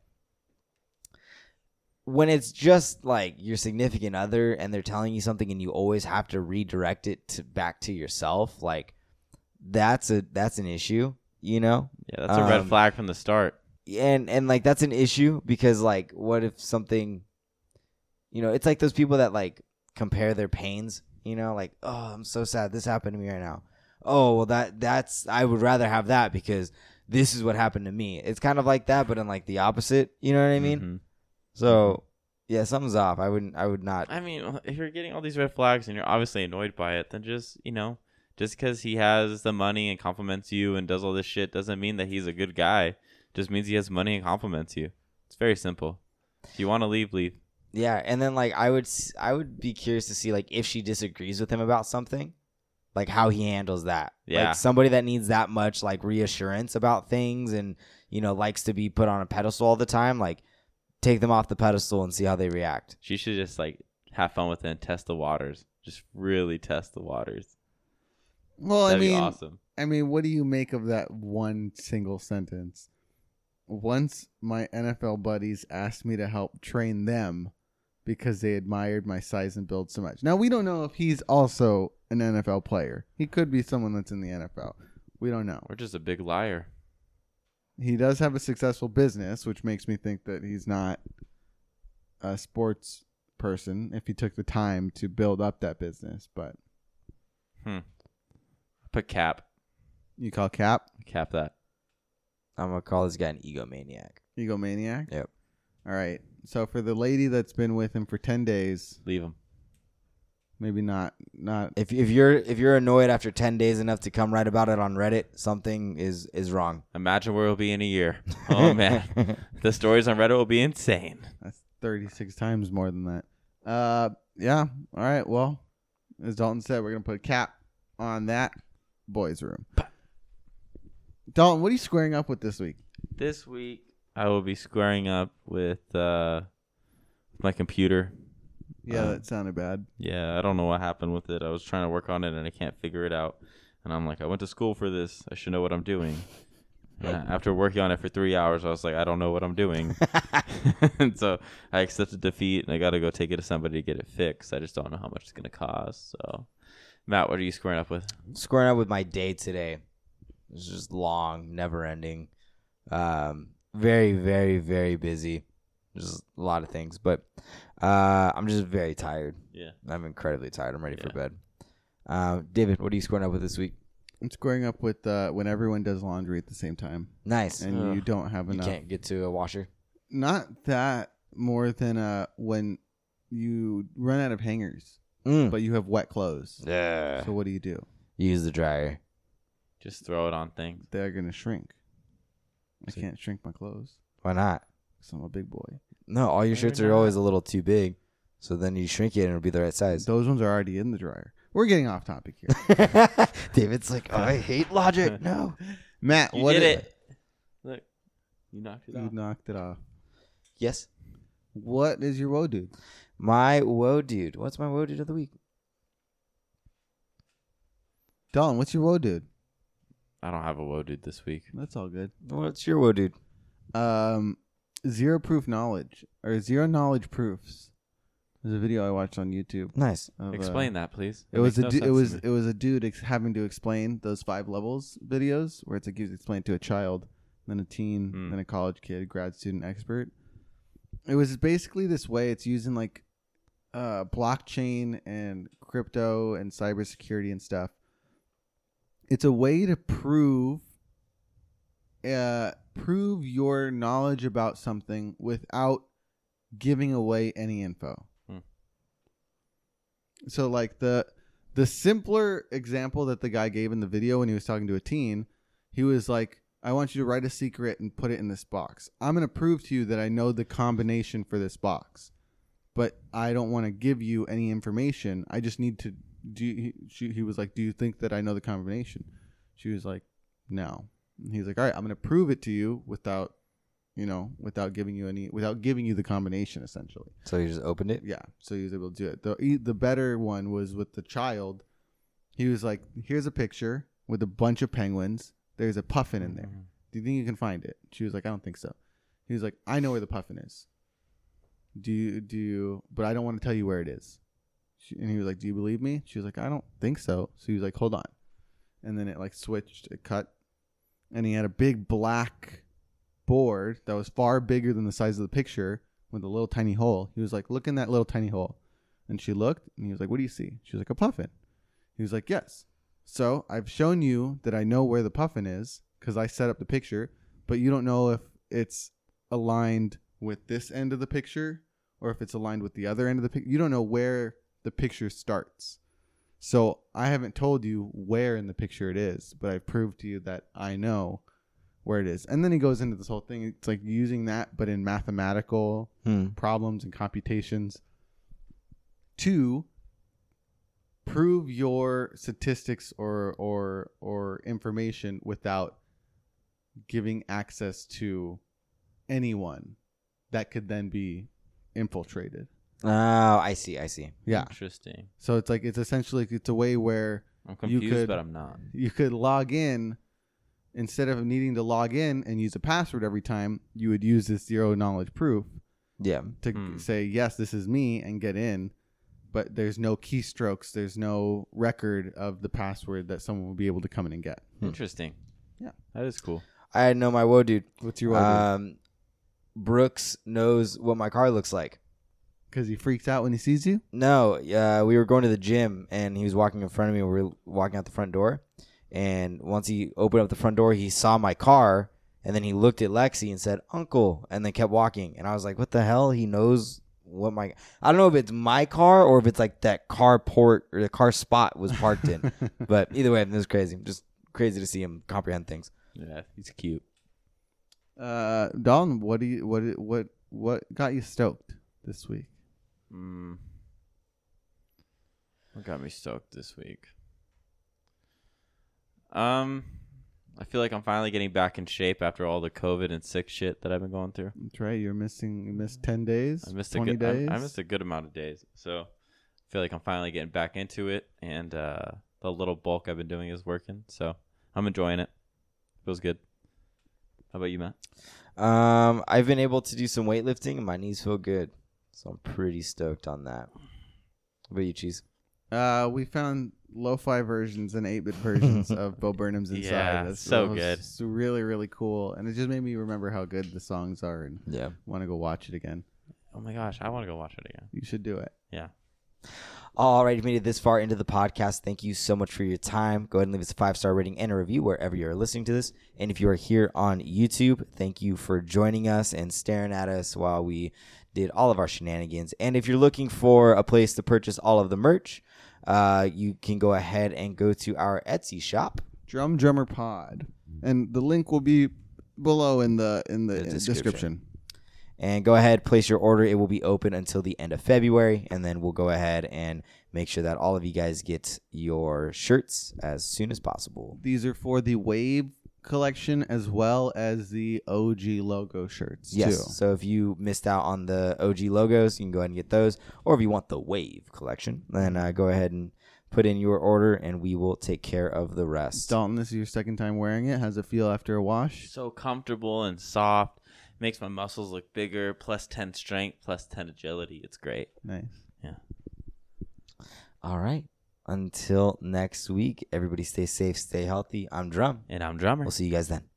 S2: when it's just like your significant other and they're telling you something and you always have to redirect it to back to yourself, like that's a that's an issue, you know?
S1: Yeah, that's a red
S2: Um,
S1: flag from the start.
S2: and and like that's an issue because like what if something you know it's like those people that like compare their pains you know like oh i'm so sad this happened to me right now oh well that that's i would rather have that because this is what happened to me it's kind of like that but in like the opposite you know what i mean
S1: Mhm.
S2: so yeah something's off i wouldn't i would not
S1: I mean, if you're getting all these red flags and you're obviously annoyed by it, then just you know, just because he has the money and compliments you and does all this shit doesn't mean that he's a good guy. just means he has money and compliments you. It's very simple. If you want to leave, leave.
S2: yeah and then like i would s- i would be curious to see like if she disagrees with him about something like how he handles that
S1: Yeah.
S2: like somebody that needs that much like reassurance about things and you know likes to be put on a pedestal all the time like take them off the pedestal and see how they react
S1: She should just like have fun with it and test the waters. Just really test the waters.
S3: Well,
S1: That'd
S3: I mean,
S1: be awesome.
S3: I mean, what do you make of that one single sentence? Once my NFL buddies asked me to help train them because they admired my size and build so much. Now, we don't know if he's also an NFL player. He could be someone that's in the NFL. We don't know.
S1: We're just a big liar.
S3: He does have a successful business, which makes me think that he's not a sports person if he took the time to build up that business. But
S1: Put cap,
S3: you call Cap
S1: cap that.
S2: i'm gonna call this guy an egomaniac
S3: egomaniac?
S2: Yep.
S3: All right. So for the lady that's been with him for 10 days,
S1: Leave him.
S3: maybe not not
S2: if, if you're if you're annoyed after 10 days enough to come write about it on reddit something is is wrong
S1: Imagine where he'll be in a year. Oh man, the stories on Reddit will be insane.
S3: that's 36 times more than that. Uh yeah. All right. Well, as Dalton said, we're going to put a cap on that boys room. Dalton, what are you squaring up with this week?
S1: This week I will be squaring up with uh, my computer
S3: Yeah,
S1: Um,
S3: that sounded bad.
S1: Yeah, I don't know what happened with it. I was trying to work on it and I can't figure it out. And I'm like, I went to school for this. I should know what I'm doing. And I- after working on it for three hours, I was like, I don't know what I'm doing. and so I accepted defeat and I got to go take it to somebody to get it fixed. I just don't know how much it's going to cost. So, Matt, what are you squaring up with?
S2: squaring up with my day today. It's just long, never ending. Um, very, very, very busy. Just a lot of things, but uh, I'm just very tired.
S1: Yeah.
S2: I'm incredibly tired. I'm ready for
S1: Yeah.
S2: bed. Um, David, what are you squaring up with this week?
S3: I'm squaring up with uh, when everyone does laundry at the same time
S2: Nice.
S3: and uh, you
S1: Ugh.
S3: don't have
S2: you
S3: enough.
S2: can't get to a washer.
S3: Not that more than uh, when you run out of hangers,
S2: Mm.
S3: but you have wet clothes.
S2: yeah.
S3: So what do you do?
S2: Use the dryer.
S1: Just throw it on things.
S3: They're gonna shrink. I
S2: So-
S3: can't shrink my clothes
S2: Why not?
S3: because I'm a big boy.
S2: No, all your
S1: Why
S2: shirts are
S1: not?
S2: always a little too big. So then you shrink it and it'll be the right size.
S3: Those ones are already in the dryer. We're getting off topic here.
S2: David's like, oh, I hate logic. No.
S3: Matt,
S1: You
S3: what
S1: did
S3: i-
S1: it. Look, you knocked it
S3: You
S1: off.
S3: knocked it off.
S2: Yes.
S3: What is your woe, dude?
S2: My woe dude. What's my woe dude of the week?
S3: Don, what's your woe, dude?
S1: I don't have a woe dude this week.
S3: That's all good.
S2: What's your woe dude?
S3: Um, zero proof knowledge or zero knowledge proofs. There's a video I watched on YouTube.
S2: Nice.
S3: Of, uh,
S1: Explain that, please.
S3: It was a
S1: makes no sense
S3: du- it
S1: to
S3: was
S1: me.
S3: it was a dude ex- having to explain those five levels videos where it's like he was explaining to a child, then a teen,
S1: Mm.
S3: then a college kid, grad student, expert. It was basically this way. It's using like uh, blockchain and crypto and cybersecurity and stuff. It's a way to prove uh, prove your knowledge about something without giving away any info.
S1: Hmm.
S3: So like the the simpler example that the guy gave in the video when he was talking to a teen, he was like, "I want you to write a secret and put it in this box. I'm going to prove to you that I know the combination for this box, but I don't want to give you any information. I just need to do." He, she, he was like, "Do you think that I know the combination?" She was like, "No." And he's like, "All right, I'm going to prove it to you without." You know, without giving you any, without giving you the combination, essentially.
S2: So you just opened it?
S3: Yeah, so he was able to do it. The e- the better one was with the child. He was like, "Here's a picture with a bunch of penguins. There's a puffin in there. Do you think you can find it?" She was like, "I don't think so." He was like, "I know where the puffin is. Do you do you, but I don't want to tell you where it is." She, and he was like, "Do you believe me?" She was like, "I don't think so." So he was like, "Hold on," and then it like switched, it cut, and he had a big black board that was far bigger than the size of the picture with a little tiny hole. He was like, Look in that little tiny hole. And she looked and he was like, What do you see? She was like, A puffin. He was like, Yes. So I've shown you that I know where the puffin is because I set up the picture, but you don't know if it's aligned with this end of the picture or if it's aligned with the other end of the picture. You don't know where the picture starts. So I haven't told you where in the picture it is, but I've proved to you that I know where it is. And then he goes into this whole thing. It's like using that, but in mathematical
S2: Hmm.
S3: problems and computations to prove your statistics or or or information without giving access to anyone that could then be infiltrated.
S2: Oh, I see. I see.
S3: Yeah.
S1: Interesting.
S3: So it's like it's essentially it's a way where
S1: I'm
S3: You
S1: confused,
S3: could-
S1: but I'm not.
S3: you could log in instead of needing to log in and use a password every time, you would use this zero knowledge proof
S2: Yeah.
S3: to
S1: Hmm.
S3: say yes this is me and get in but there's no keystrokes there's no record of the password that someone will be able to come in and get
S2: Hmm.
S1: Interesting.
S3: Yeah.
S1: that is cool.
S2: I know my woe dude.
S3: what's your
S1: Uh,
S3: idea?
S2: Um, Brooks knows what my car looks like.
S3: because he freaks out when he sees you
S2: No, uh, we were going to the gym and he was walking in front of me. We were walking out the front door. And once he opened up the front door, he saw my car. And then he looked at Lexi and said, Uncle, and then kept walking. And I was like, What the hell? He knows what my. I don't know if it's my car or if it's like that car port or the car spot was parked in. but either way, it was crazy. Just crazy to see him comprehend things.
S1: Yeah, he's cute.
S3: uh don what do you what what what got you stoked this week
S1: Mm. What got me stoked this week? Um, I feel like I'm finally getting back in shape after all the COVID and sick shit that I've been going through.
S3: That's right. You're missing. You missed ten days.
S1: I missed a
S3: twenty
S1: good.
S3: days.
S1: I, I missed a good amount of days, so I feel like I'm finally getting back into it, and uh, the little bulk I've been doing is working. So I'm enjoying it. Feels good. How about you, Matt?
S2: Um, I've been able to do some weightlifting and my knees feel good. So I'm pretty stoked on that. What about you, Cheese?
S3: Uh, we found lo-fi versions and 8-bit versions of Bo Burnham's Inside.
S1: Yeah,
S3: That's
S1: so
S3: that was-
S1: good.
S3: It's really, really cool, and it just made me remember how good the songs are and
S2: Yeah.
S3: want to go watch it again.
S1: Oh my gosh, I want to go watch it again.
S3: You should do it.
S1: Yeah.
S2: All right, if you made it this far into the podcast. Thank you so much for your time. Go ahead and leave us a five star rating and a review wherever you're listening to this. And if you are here on YouTube, thank you for joining us and staring at us while we did all of our shenanigans. And if you're looking for a place to purchase all of the merch, uh, you can go ahead and go to our Etsy shop.
S3: Drum Drummer Pod, and the link will be below in the in the,
S2: The
S3: description.
S2: description. and go ahead place your order it will be open until the end of february and then we'll go ahead and make sure that all of you guys get your shirts as soon as possible
S3: These are for the Wave collection as well as the OG logo shirts
S2: yes
S3: too.
S2: so if you missed out on the og logos you can go ahead and get those or if you want the wave collection then uh, go ahead and put in your order and we will take care of the rest
S3: Dalton, this is your second time wearing it. How's it feel after a wash?
S1: So comfortable and soft. Makes my muscles look bigger. Plus ten strength. Plus ten agility. It's great.
S3: Nice.
S2: all right until next week everybody stay safe stay healthy i'm drum
S1: And I'm drummer.
S2: we'll see you guys then